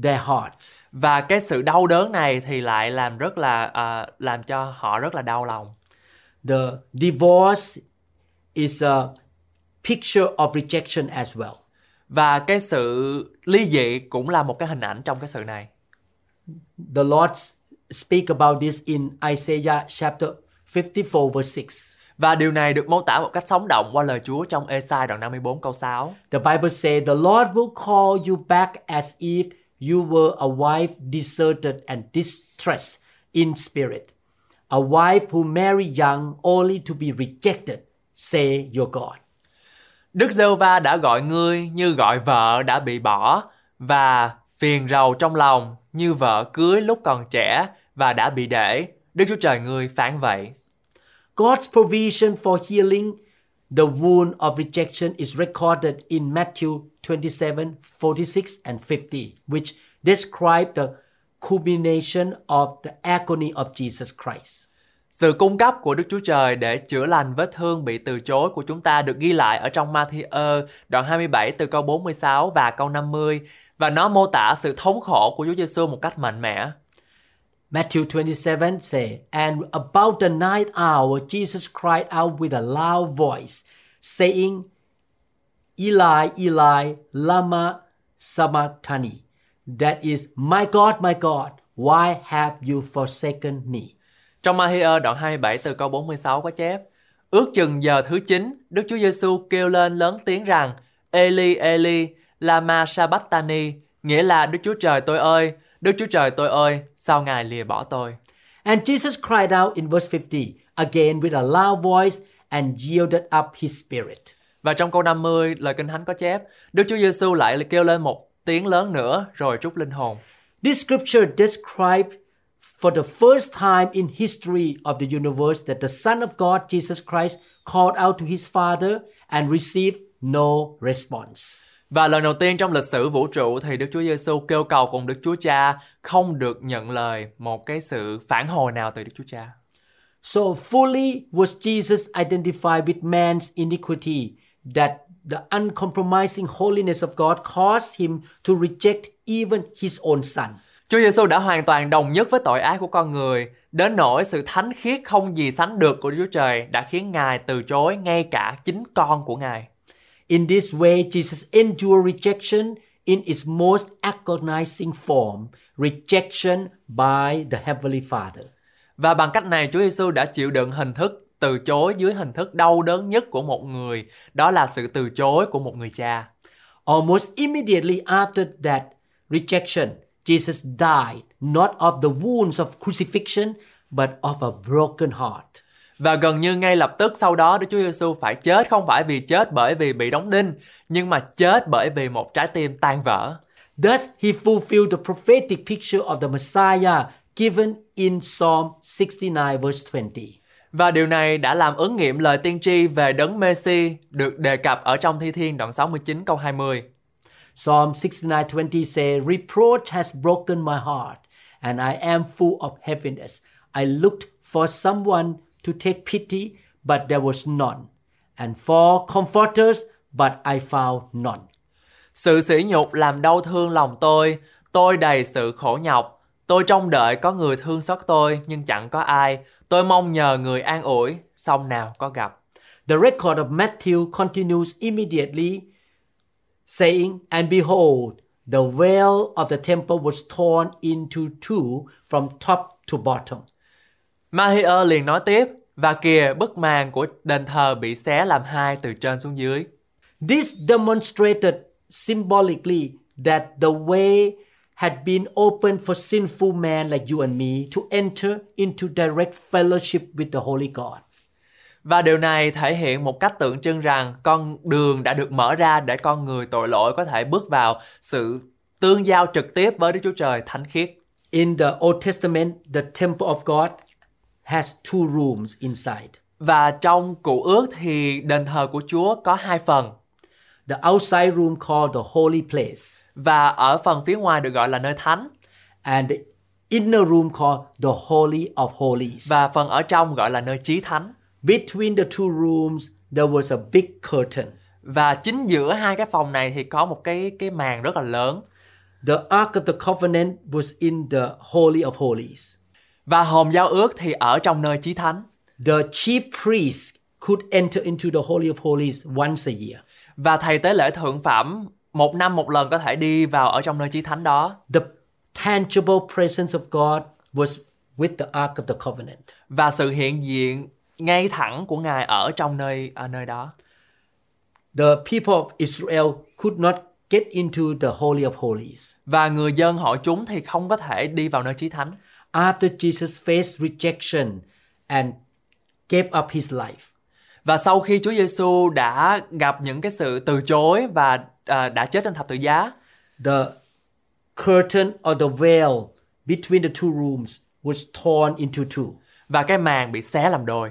Speaker 2: their hearts.
Speaker 1: Và cái sự đau đớn này thì lại làm rất là à, làm cho họ rất là đau lòng.
Speaker 2: The divorce is a picture of rejection as well.
Speaker 1: Và cái sự ly dị cũng là một cái hình ảnh trong cái sự này.
Speaker 2: The Lord s- speak about this in Isaiah chapter 54 verse 6.
Speaker 1: Và điều này được mô tả một cách sống động qua lời Chúa trong Esai đoạn 54 câu 6.
Speaker 2: The Bible says, "The Lord will call you back as if you were a wife deserted and distressed in spirit, a wife who married young only to be rejected," say your God.
Speaker 1: Đức giê va đã gọi ngươi như gọi vợ đã bị bỏ và phiền rầu trong lòng như vợ cưới lúc còn trẻ và đã bị để. Đức Chúa Trời ngươi phán vậy.
Speaker 2: God's provision for healing the wound of rejection is recorded in Matthew 27, 46, and 50, which describe the culmination of the agony of Jesus Christ.
Speaker 1: Sự cung cấp của Đức Chúa Trời để chữa lành vết thương bị từ chối của chúng ta được ghi lại ở trong Matthew đoạn 27 từ câu 46 và câu 50 và nó mô tả sự thống khổ của Chúa Giêsu một cách mạnh mẽ.
Speaker 2: Matthew 27 say, And about the ninth hour, Jesus cried out with a loud voice, saying, Eli, Eli, lama sabachthani. That is, My God, my God, why have you forsaken me?
Speaker 1: Trong Matthew đoạn 27 từ câu 46 có chép Ước chừng giờ thứ 9, Đức Chúa Giêsu kêu lên lớn tiếng rằng Eli Eli lama sabachthani nghĩa là Đức Chúa Trời tôi ơi, Đức Chúa Trời tôi ơi, sao Ngài lìa bỏ tôi?
Speaker 2: And Jesus cried out in verse 50 again with a loud voice and yielded up his spirit.
Speaker 1: Và trong câu 50, lời Kinh Thánh có chép, Đức Chúa Giêsu lại kêu lên một tiếng lớn nữa rồi trút linh hồn.
Speaker 2: This scripture describes for the first time in history of the universe that the Son of God Jesus Christ called out to his Father and received no response.
Speaker 1: Và lần đầu tiên trong lịch sử vũ trụ thì Đức Chúa Giêsu kêu cầu cùng Đức Chúa Cha không được nhận lời một cái sự phản hồi nào từ Đức Chúa Cha.
Speaker 2: So fully was Jesus identified with man's iniquity that the uncompromising holiness of God caused him to reject even his own son.
Speaker 1: Chúa Giêsu đã hoàn toàn đồng nhất với tội ác của con người, đến nỗi sự thánh khiết không gì sánh được của Đức Chúa Trời đã khiến Ngài từ chối ngay cả chính con của Ngài.
Speaker 2: In this way, Jesus endured rejection in its most agonizing form, rejection by the Heavenly Father.
Speaker 1: Và bằng cách này Chúa Giêsu đã chịu đựng hình thức từ chối dưới hình thức đau đớn nhất của một người, đó là sự từ chối của một người cha.
Speaker 2: Almost immediately after that rejection, Jesus died, not of the wounds of crucifixion, but of a broken heart.
Speaker 1: Và gần như ngay lập tức sau đó Đức Chúa Giêsu phải chết không phải vì chết bởi vì bị đóng đinh, nhưng mà chết bởi vì một trái tim tan vỡ.
Speaker 2: Thus, he fulfilled the prophetic picture of the Messiah given in Psalm 69, verse 20.
Speaker 1: Và điều này đã làm ứng nghiệm lời tiên tri về đấng Messi được đề cập ở trong Thi Thiên đoạn 69 câu 20.
Speaker 2: Psalm 69:20 says, "Reproach has broken my heart, and I am full of heaviness. I looked for someone to take pity, but there was none, and for comforters, but I found none."
Speaker 1: Sự sỉ nhục làm đau thương lòng tôi, tôi đầy sự khổ nhọc, tôi trông đợi có người thương xót tôi nhưng chẳng có ai, tôi mong nhờ người an ủi, xong nào có gặp.
Speaker 2: The record of Matthew continues immediately, saying, And behold, the veil of the temple was torn into two from top to bottom.
Speaker 1: Mahier liền nói tiếp, và kìa bức màn của đền thờ bị xé làm hai từ trên xuống dưới.
Speaker 2: This demonstrated symbolically that the way had been opened for sinful men like you and me to enter into direct fellowship with the Holy God.
Speaker 1: Và điều này thể hiện một cách tượng trưng rằng con đường đã được mở ra để con người tội lỗi có thể bước vào sự tương giao trực tiếp với Đức Chúa Trời thánh khiết.
Speaker 2: In the Old Testament, the temple of God has two rooms inside.
Speaker 1: Và trong cụ ước thì đền thờ của Chúa có hai phần
Speaker 2: The outside room called the holy place,
Speaker 1: và ở phần phía ngoài được gọi là nơi thánh
Speaker 2: and the inner room called the holy of holies.
Speaker 1: và phần ở trong gọi là nơi chí thánh.
Speaker 2: Between the two rooms, there was a big curtain.
Speaker 1: Và chính giữa hai cái phòng này thì có một cái cái màn rất là lớn.
Speaker 2: The Ark of the Covenant was in the Holy of Holies.
Speaker 1: Và hòm giao ước thì ở trong nơi chí thánh.
Speaker 2: The chief priest could enter into the Holy of Holies once a year.
Speaker 1: Và thầy tế lễ thượng phẩm một năm một lần có thể đi vào ở trong nơi chí thánh đó
Speaker 2: The tangible presence of God was with the Ark of the Covenant.
Speaker 1: và sự hiện diện ngay thẳng của ngài ở trong nơi ở nơi đó.
Speaker 2: The people of Israel could not get into the Holy of Holies.
Speaker 1: Và người dân họ chúng thì không có thể đi vào nơi chí thánh.
Speaker 2: After Jesus faced rejection and gave up his life,
Speaker 1: Và sau khi Chúa Giêsu đã gặp những cái sự từ chối và à, đã chết trên thập tự giá
Speaker 2: the curtain or the veil between the two rooms was torn into two.
Speaker 1: và cái màn bị xé làm đôi.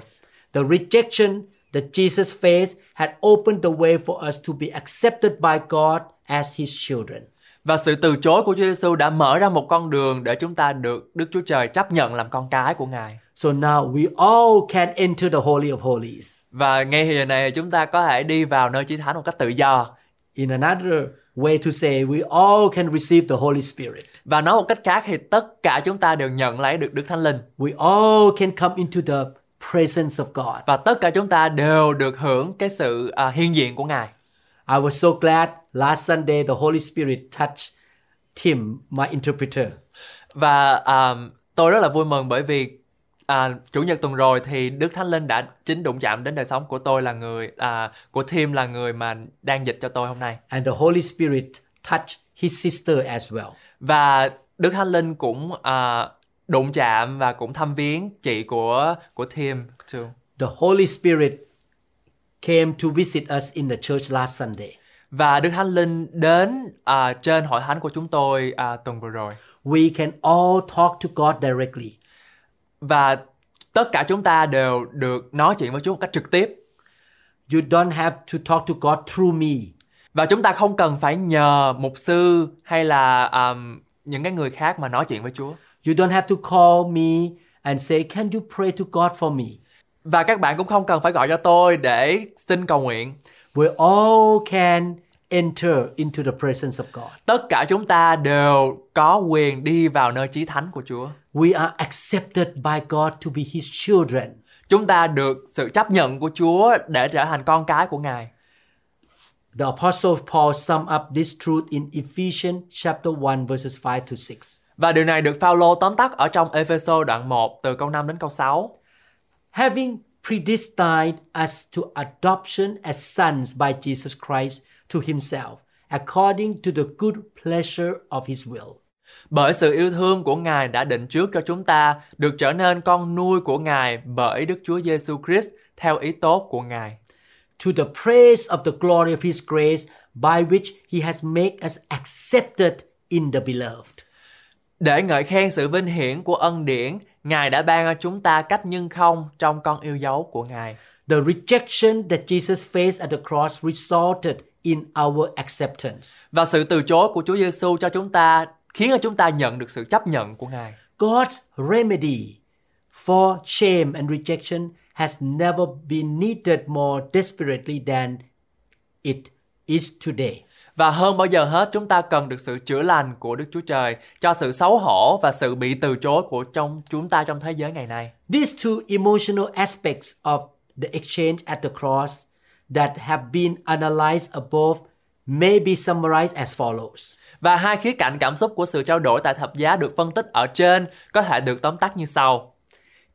Speaker 2: The rejection that Jesus faced had opened the way for us to be accepted by God as his children.
Speaker 1: Và sự từ chối của Chúa Giêsu đã mở ra một con đường để chúng ta được Đức Chúa Trời chấp nhận làm con cái của Ngài.
Speaker 2: So now we all can enter the Holy of Holies.
Speaker 1: Và ngay hiện này chúng ta có thể đi vào nơi chí thánh một cách tự do.
Speaker 2: In another way to say, we all can receive the Holy Spirit.
Speaker 1: Và nói một cách khác thì tất cả chúng ta đều nhận lấy được Đức Thánh Linh
Speaker 2: We all can come into the presence of God.
Speaker 1: và tất cả chúng ta đều được hưởng cái sự à, hiện diện của Ngài.
Speaker 2: I was so glad last Sunday the Holy Spirit touched Tim, my interpreter.
Speaker 1: Và à, tôi rất là vui mừng bởi vì à, chủ nhật tuần rồi thì Đức Thánh Linh đã chính đụng chạm đến đời sống của tôi là người à, của Tim là người mà đang dịch cho tôi hôm nay.
Speaker 2: And the Holy Spirit touched his sister as well.
Speaker 1: và Đức Thánh Linh cũng à, đụng chạm và cũng thăm viếng chị của của Tim too.
Speaker 2: The Holy Spirit came to visit us in the church last Sunday.
Speaker 1: và Đức Thánh Linh đến à, trên hội thánh của chúng tôi à, tuần vừa rồi
Speaker 2: We can all talk to God directly.
Speaker 1: và tất cả chúng ta đều được nói chuyện với Chúa một cách trực tiếp
Speaker 2: You don't have to talk to God through me.
Speaker 1: và chúng ta không cần phải nhờ mục sư hay là à, những cái người khác mà nói chuyện với Chúa
Speaker 2: You don't have to call me and say, Can you pray to God for me?
Speaker 1: và các bạn cũng không cần phải gọi cho tôi để xin cầu nguyện
Speaker 2: We all can enter into the presence of God.
Speaker 1: tất cả chúng ta đều có quyền đi vào nơi chí thánh của Chúa
Speaker 2: We are accepted by God to be His children.
Speaker 1: chúng ta được sự chấp nhận của Chúa để trở thành con cái của Ngài.
Speaker 2: The Apostle Paul summed up this truth in Ephesians chapter 1, verses 5 to 6.
Speaker 1: Và điều này được Phaolô tóm tắt ở trong Epheso đoạn 1 từ câu 5 đến câu 6.
Speaker 2: Having predestined us to adoption as sons by Jesus Christ to Himself, according to the good pleasure of His will.
Speaker 1: Bởi sự yêu thương của Ngài đã định trước cho chúng ta được trở nên con nuôi của Ngài bởi Đức Chúa Giêsu Christ theo ý tốt của Ngài.
Speaker 2: to the praise of the glory of his grace by which he has made us accepted in the beloved.
Speaker 1: Để ngợi khen sự vinh hiển của ân điển, Ngài đã ban cho chúng ta cách nhưng không trong con yêu dấu của Ngài.
Speaker 2: The rejection that Jesus faced at the cross resulted in our acceptance.
Speaker 1: Và sự từ chối của Chúa Giêsu cho chúng ta khiến cho chúng ta nhận được sự chấp nhận của Ngài.
Speaker 2: God's remedy for shame and rejection has never been needed more desperately than it is today.
Speaker 1: Và hơn bao giờ hết chúng ta cần được sự chữa lành của Đức Chúa Trời cho sự xấu hổ và sự bị từ chối của trong chúng ta trong thế giới ngày nay.
Speaker 2: These two emotional aspects of the exchange at the cross that have been analyzed above may be summarized as follows.
Speaker 1: Và hai khía cạnh cảm xúc của sự trao đổi tại thập giá được phân tích ở trên có thể được tóm tắt như sau.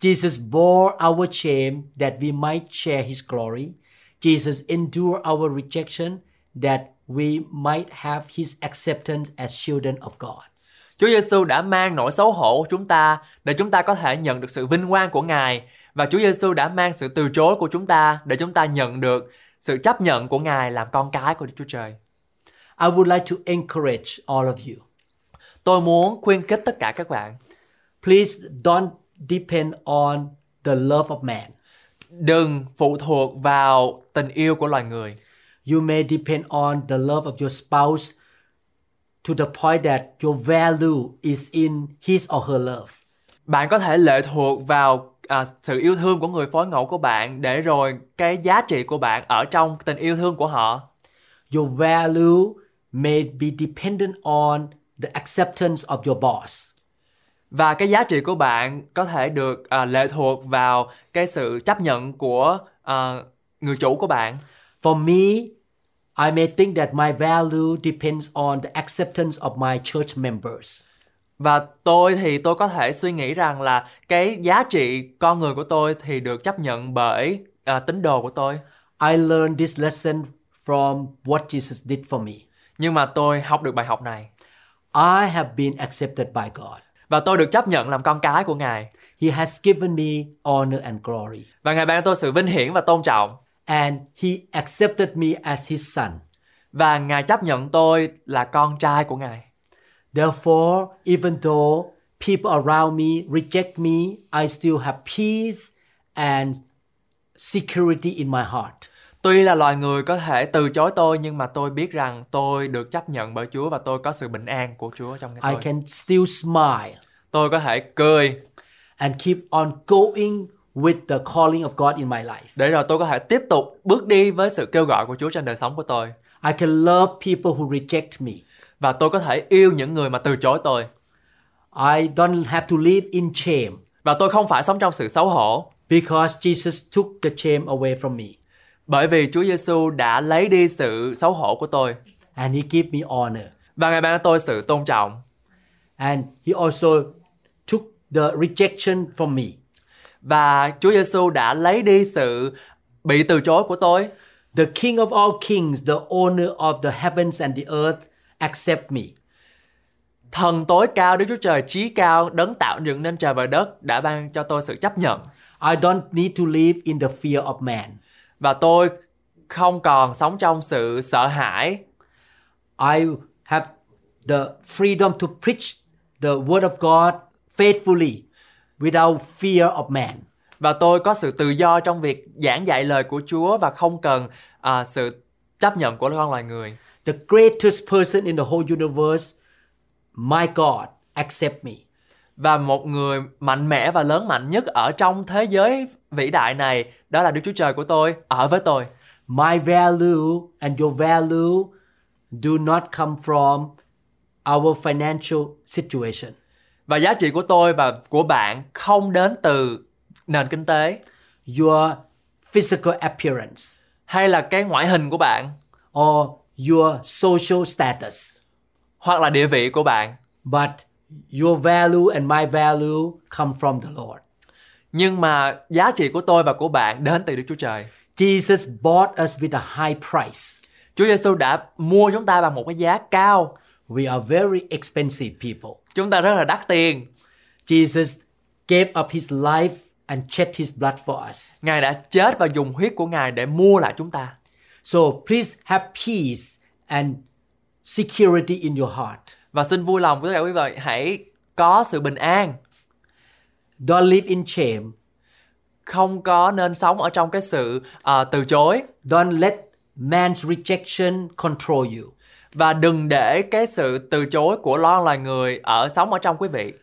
Speaker 2: Jesus bore our shame that we might share his glory. Jesus endured our rejection that we might have his acceptance as children of God.
Speaker 1: Chúa Giêsu đã mang nỗi xấu hổ của chúng ta để chúng ta có thể nhận được sự vinh quang của Ngài và Chúa Giêsu đã mang sự từ chối của chúng ta để chúng ta nhận được sự chấp nhận của Ngài làm con cái của Đức Chúa Trời.
Speaker 2: I would like to encourage all of you.
Speaker 1: Tôi muốn khuyên khích tất cả các bạn
Speaker 2: Please don't depend on the love of man.
Speaker 1: đừng phụ thuộc vào tình yêu của loài người.
Speaker 2: You may depend on the love of your spouse to the point that your value is in his or her love.
Speaker 1: Bạn có thể lệ thuộc vào à, sự yêu thương của người phối ngẫu của bạn để rồi cái giá trị của bạn ở trong tình yêu thương của họ.
Speaker 2: Your value may be dependent on the acceptance of your boss.
Speaker 1: Và cái giá trị của bạn có thể được à, lệ thuộc vào cái sự chấp nhận của à, người chủ của bạn.
Speaker 2: For me, I may think that my value depends on the acceptance of my church members.
Speaker 1: Và tôi thì tôi có thể suy nghĩ rằng là cái giá trị con người của tôi thì được chấp nhận bởi à, tín đồ của tôi.
Speaker 2: I learned this lesson from what Jesus did for me.
Speaker 1: Nhưng mà tôi học được bài học này
Speaker 2: I have been accepted by God.
Speaker 1: và tôi được chấp nhận làm con cái của Ngài.
Speaker 2: He has given me honor and glory.
Speaker 1: Và Ngài ban cho tôi sự vinh hiển và tôn trọng.
Speaker 2: and he accepted me as his son.
Speaker 1: Và Ngài chấp nhận tôi là con trai của Ngài.
Speaker 2: Therefore, even though people around me reject me, I still have peace and security in my heart.
Speaker 1: Tuy là loài người có thể từ chối tôi nhưng mà tôi biết rằng tôi được chấp nhận bởi Chúa và tôi có sự bình an của Chúa trong
Speaker 2: I
Speaker 1: cái tôi.
Speaker 2: can still smile
Speaker 1: Tôi có thể cười
Speaker 2: and keep on going with the calling of God in my life.
Speaker 1: để rồi tôi có thể tiếp tục bước đi với sự kêu gọi của Chúa trên đời sống của tôi.
Speaker 2: I can love people who reject me.
Speaker 1: Và tôi có thể yêu những người mà từ chối tôi.
Speaker 2: I don't have to live in shame
Speaker 1: Và tôi không phải sống trong sự xấu hổ
Speaker 2: because Jesus took the shame away from me
Speaker 1: bởi vì Chúa Giêsu đã lấy đi sự xấu hổ của tôi
Speaker 2: and he gave me honor.
Speaker 1: và Ngài ban cho tôi sự tôn trọng
Speaker 2: and he also took the rejection from me.
Speaker 1: và Chúa Giêsu đã lấy đi sự bị từ chối của tôi
Speaker 2: The King of all kings, the owner of the heavens and the earth, accept me.
Speaker 1: Thần tối cao Đức Chúa Trời trí cao đấng tạo dựng nên trời và đất đã ban cho tôi sự chấp nhận
Speaker 2: I don't need to live in the fear of man.
Speaker 1: và tôi không còn sống trong sự sợ hãi
Speaker 2: I have the freedom to preach the word of God faithfully without fear of man.
Speaker 1: và tôi có sự tự do trong việc giảng dạy lời của Chúa và không cần à, sự chấp nhận của con loài người.
Speaker 2: The greatest person in the whole universe, my God, accept me.
Speaker 1: Và một người mạnh mẽ và lớn mạnh nhất ở trong thế giới vĩ đại này đó là Đức Chúa Trời của tôi ở với tôi.
Speaker 2: my value and your value do not come from our financial situation.
Speaker 1: Và giá trị của tôi và của bạn không đến từ nền kinh tế
Speaker 2: Your physical appearance
Speaker 1: hay là cái ngoại hình của bạn
Speaker 2: or your social status,
Speaker 1: hoặc là địa vị của bạn
Speaker 2: but your value and my value come from the Lord.
Speaker 1: nhưng mà giá trị của tôi và của bạn đến từ Đức Chúa Trời.
Speaker 2: Jesus bought us with a high price.
Speaker 1: Chúa Giêsu đã mua chúng ta bằng một cái giá cao
Speaker 2: We are very expensive people.
Speaker 1: Chúng ta rất là đắt tiền.
Speaker 2: Jesus gave up his life and shed his blood for us.
Speaker 1: Ngài đã chết và dùng huyết của Ngài để mua lại chúng ta.
Speaker 2: So please have peace and security in your heart.
Speaker 1: Và xin vui lòng với tất cả quý vị hãy có sự bình an,
Speaker 2: Don't live in shame.
Speaker 1: không có nên sống ở trong cái sự à, từ chối
Speaker 2: Don't let man's rejection control you.
Speaker 1: và đừng để cái sự từ chối của lo loài người ở sống ở trong quý vị.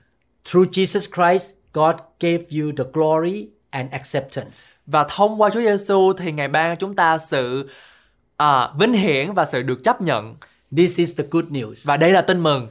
Speaker 2: Through Jesus Christ, God gave you the glory and acceptance.
Speaker 1: Và thông qua Chúa Giêsu thì Ngài ban cho chúng ta sự à, vinh hiển và sự được chấp nhận.
Speaker 2: This is the good news.
Speaker 1: Và đây là tin mừng.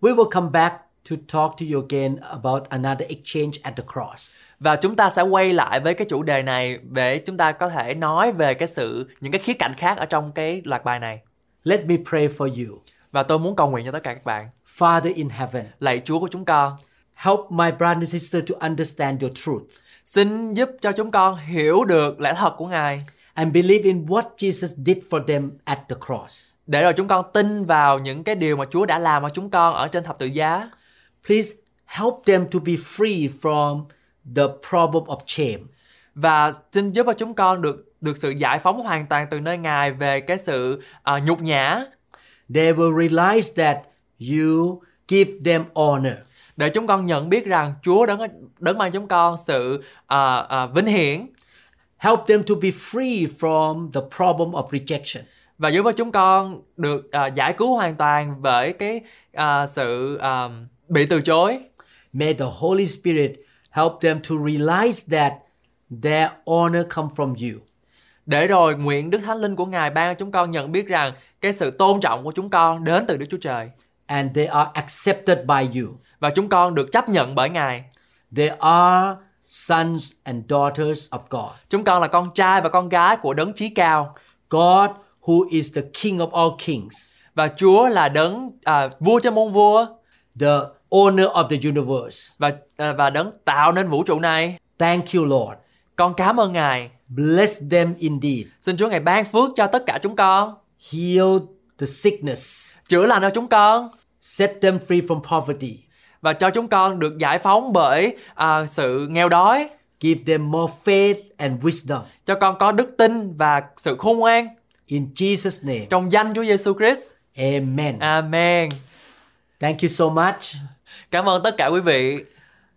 Speaker 2: we will come back to talk to you again about another exchange at the cross.
Speaker 1: Và chúng ta sẽ quay lại với cái chủ đề này để chúng ta có thể nói về cái sự những cái khía cạnh khác ở trong cái loạt bài này.
Speaker 2: Let me pray for you.
Speaker 1: Và tôi muốn cầu nguyện cho tất cả các bạn.
Speaker 2: Father in heaven,
Speaker 1: Lạy Chúa của chúng con,
Speaker 2: help my brother and sister to understand your truth
Speaker 1: xin giúp cho chúng con hiểu được lẽ thật của Ngài
Speaker 2: and believe in what Jesus did for them at the cross.
Speaker 1: để rồi chúng con tin vào những cái điều mà Chúa đã làm cho chúng con ở trên thập tự giá.
Speaker 2: Please help them to be free from the problem of shame.
Speaker 1: và xin giúp cho chúng con được được sự giải phóng hoàn toàn từ nơi ngài về cái sự à, nhục nhã
Speaker 2: They will realize that you give them honor.
Speaker 1: để chúng con nhận biết rằng Chúa đấng đấng ban chúng con sự à, à, vinh hiển
Speaker 2: Help them to be free from the problem of rejection.
Speaker 1: và giúp cho chúng con được à, giải cứu hoàn toàn bởi cái à, sự à, bị từ chối
Speaker 2: May the Holy Spirit help them to realize that their honor come from you.
Speaker 1: để rồi nguyện Đức Thánh Linh của Ngài ban cho chúng con nhận biết rằng cái sự tôn trọng của chúng con đến từ Đức Chúa Trời
Speaker 2: and they are accepted by you.
Speaker 1: và chúng con được chấp nhận bởi Ngài
Speaker 2: They are sons and daughters of God.
Speaker 1: chúng con là con trai và con gái của đấng chí cao
Speaker 2: God, who is the King of all kings,
Speaker 1: và Chúa là đấng à, vua cho muôn vua
Speaker 2: the owner of the universe.
Speaker 1: và à, và đấng tạo nên vũ trụ này.
Speaker 2: Thank you, Lord.
Speaker 1: Con cảm ơn Ngài.
Speaker 2: Bless them indeed.
Speaker 1: Xin Chúa Ngài ban phước cho tất cả chúng con,
Speaker 2: Heal the sickness.
Speaker 1: chữa lành cho chúng con
Speaker 2: Set them free from poverty.
Speaker 1: và cho chúng con được giải phóng bởi à, sự nghèo đói,
Speaker 2: Give them more faith and wisdom.
Speaker 1: cho con có đức tin và sự khôn ngoan
Speaker 2: In Jesus' name.
Speaker 1: trong danh Chúa Giêsu Christ.
Speaker 2: Amen.
Speaker 1: Uh, Amen.
Speaker 2: Thank you so much.
Speaker 1: Cảm ơn tất cả quý vị.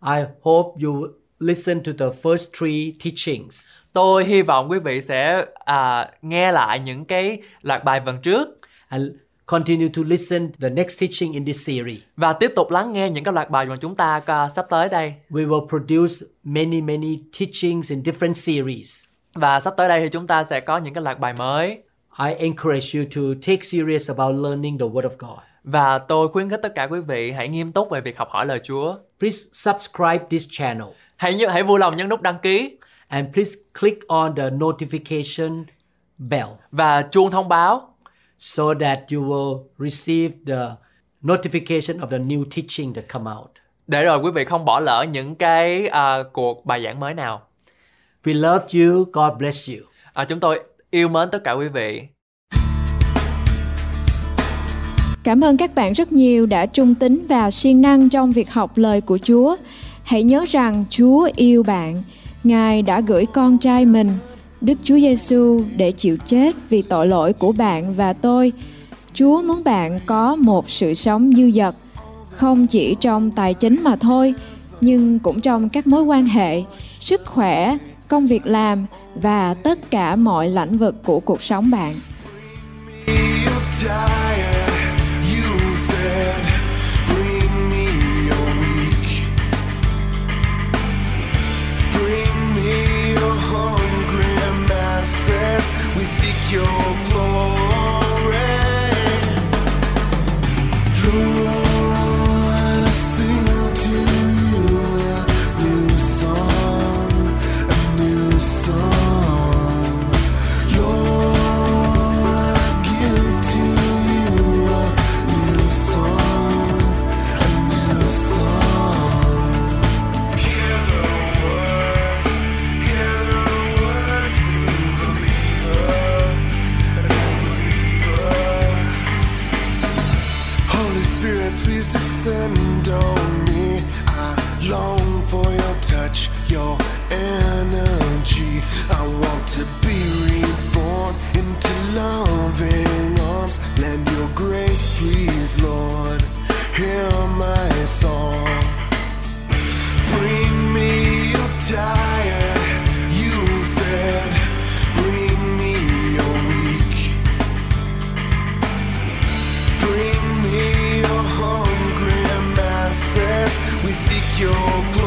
Speaker 2: I hope you listen to the first three teachings.
Speaker 1: Tôi hy vọng quý vị sẽ à, nghe lại những cái loạt bài vần trước
Speaker 2: and continue to listen the next teaching in this series.
Speaker 1: và tiếp tục lắng nghe những cái loạt bài mà chúng ta à, sắp tới đây.
Speaker 2: We will produce many many teachings in different series.
Speaker 1: Và sắp tới đây thì chúng ta sẽ có những cái loạt bài mới.
Speaker 2: I encourage you to take serious about learning the word of God.
Speaker 1: Và tôi khuyến khích tất cả quý vị hãy nghiêm túc về việc học hỏi lời Chúa.
Speaker 2: Please subscribe this channel
Speaker 1: Hãy nhớ hãy vui lòng nhấn nút đăng ký
Speaker 2: and please click on the notification bell
Speaker 1: và chuông thông báo
Speaker 2: so that you will receive the notification of the new teaching that come out.
Speaker 1: để rồi quý vị không bỏ lỡ những cái à, cuộc bài giảng mới nào.
Speaker 2: We love you. God bless you.
Speaker 1: À, chúng tôi yêu mến tất cả quý vị.
Speaker 3: Cảm ơn các bạn rất nhiều đã trung tín và siêng năng trong việc học lời của Chúa. Hãy nhớ rằng Chúa yêu bạn. Ngài đã gửi con trai mình, Đức Chúa Giêsu để chịu chết vì tội lỗi của bạn và tôi. Chúa muốn bạn có một sự sống dư dật, không chỉ trong tài chính mà thôi, nhưng cũng trong các mối quan hệ, sức khỏe, công việc làm và tất cả mọi lĩnh vực của cuộc sống bạn.
Speaker 4: You tired, you said, bring me your weak. Bring me your hungry masses. We seek your glory. Lord, I sing to you a new song, a new song. Lord, I give to you a new song, a new song. Hear the words, hear the words of a new believer, a new believer. Holy please descend on me. I long for your touch, your energy. I want to be reborn into loving arms. Lend your grace, please, Lord. Hear my song. Bring me your tired, you said. Bring me your weak. Bring me your hungry masses. We seek your glory.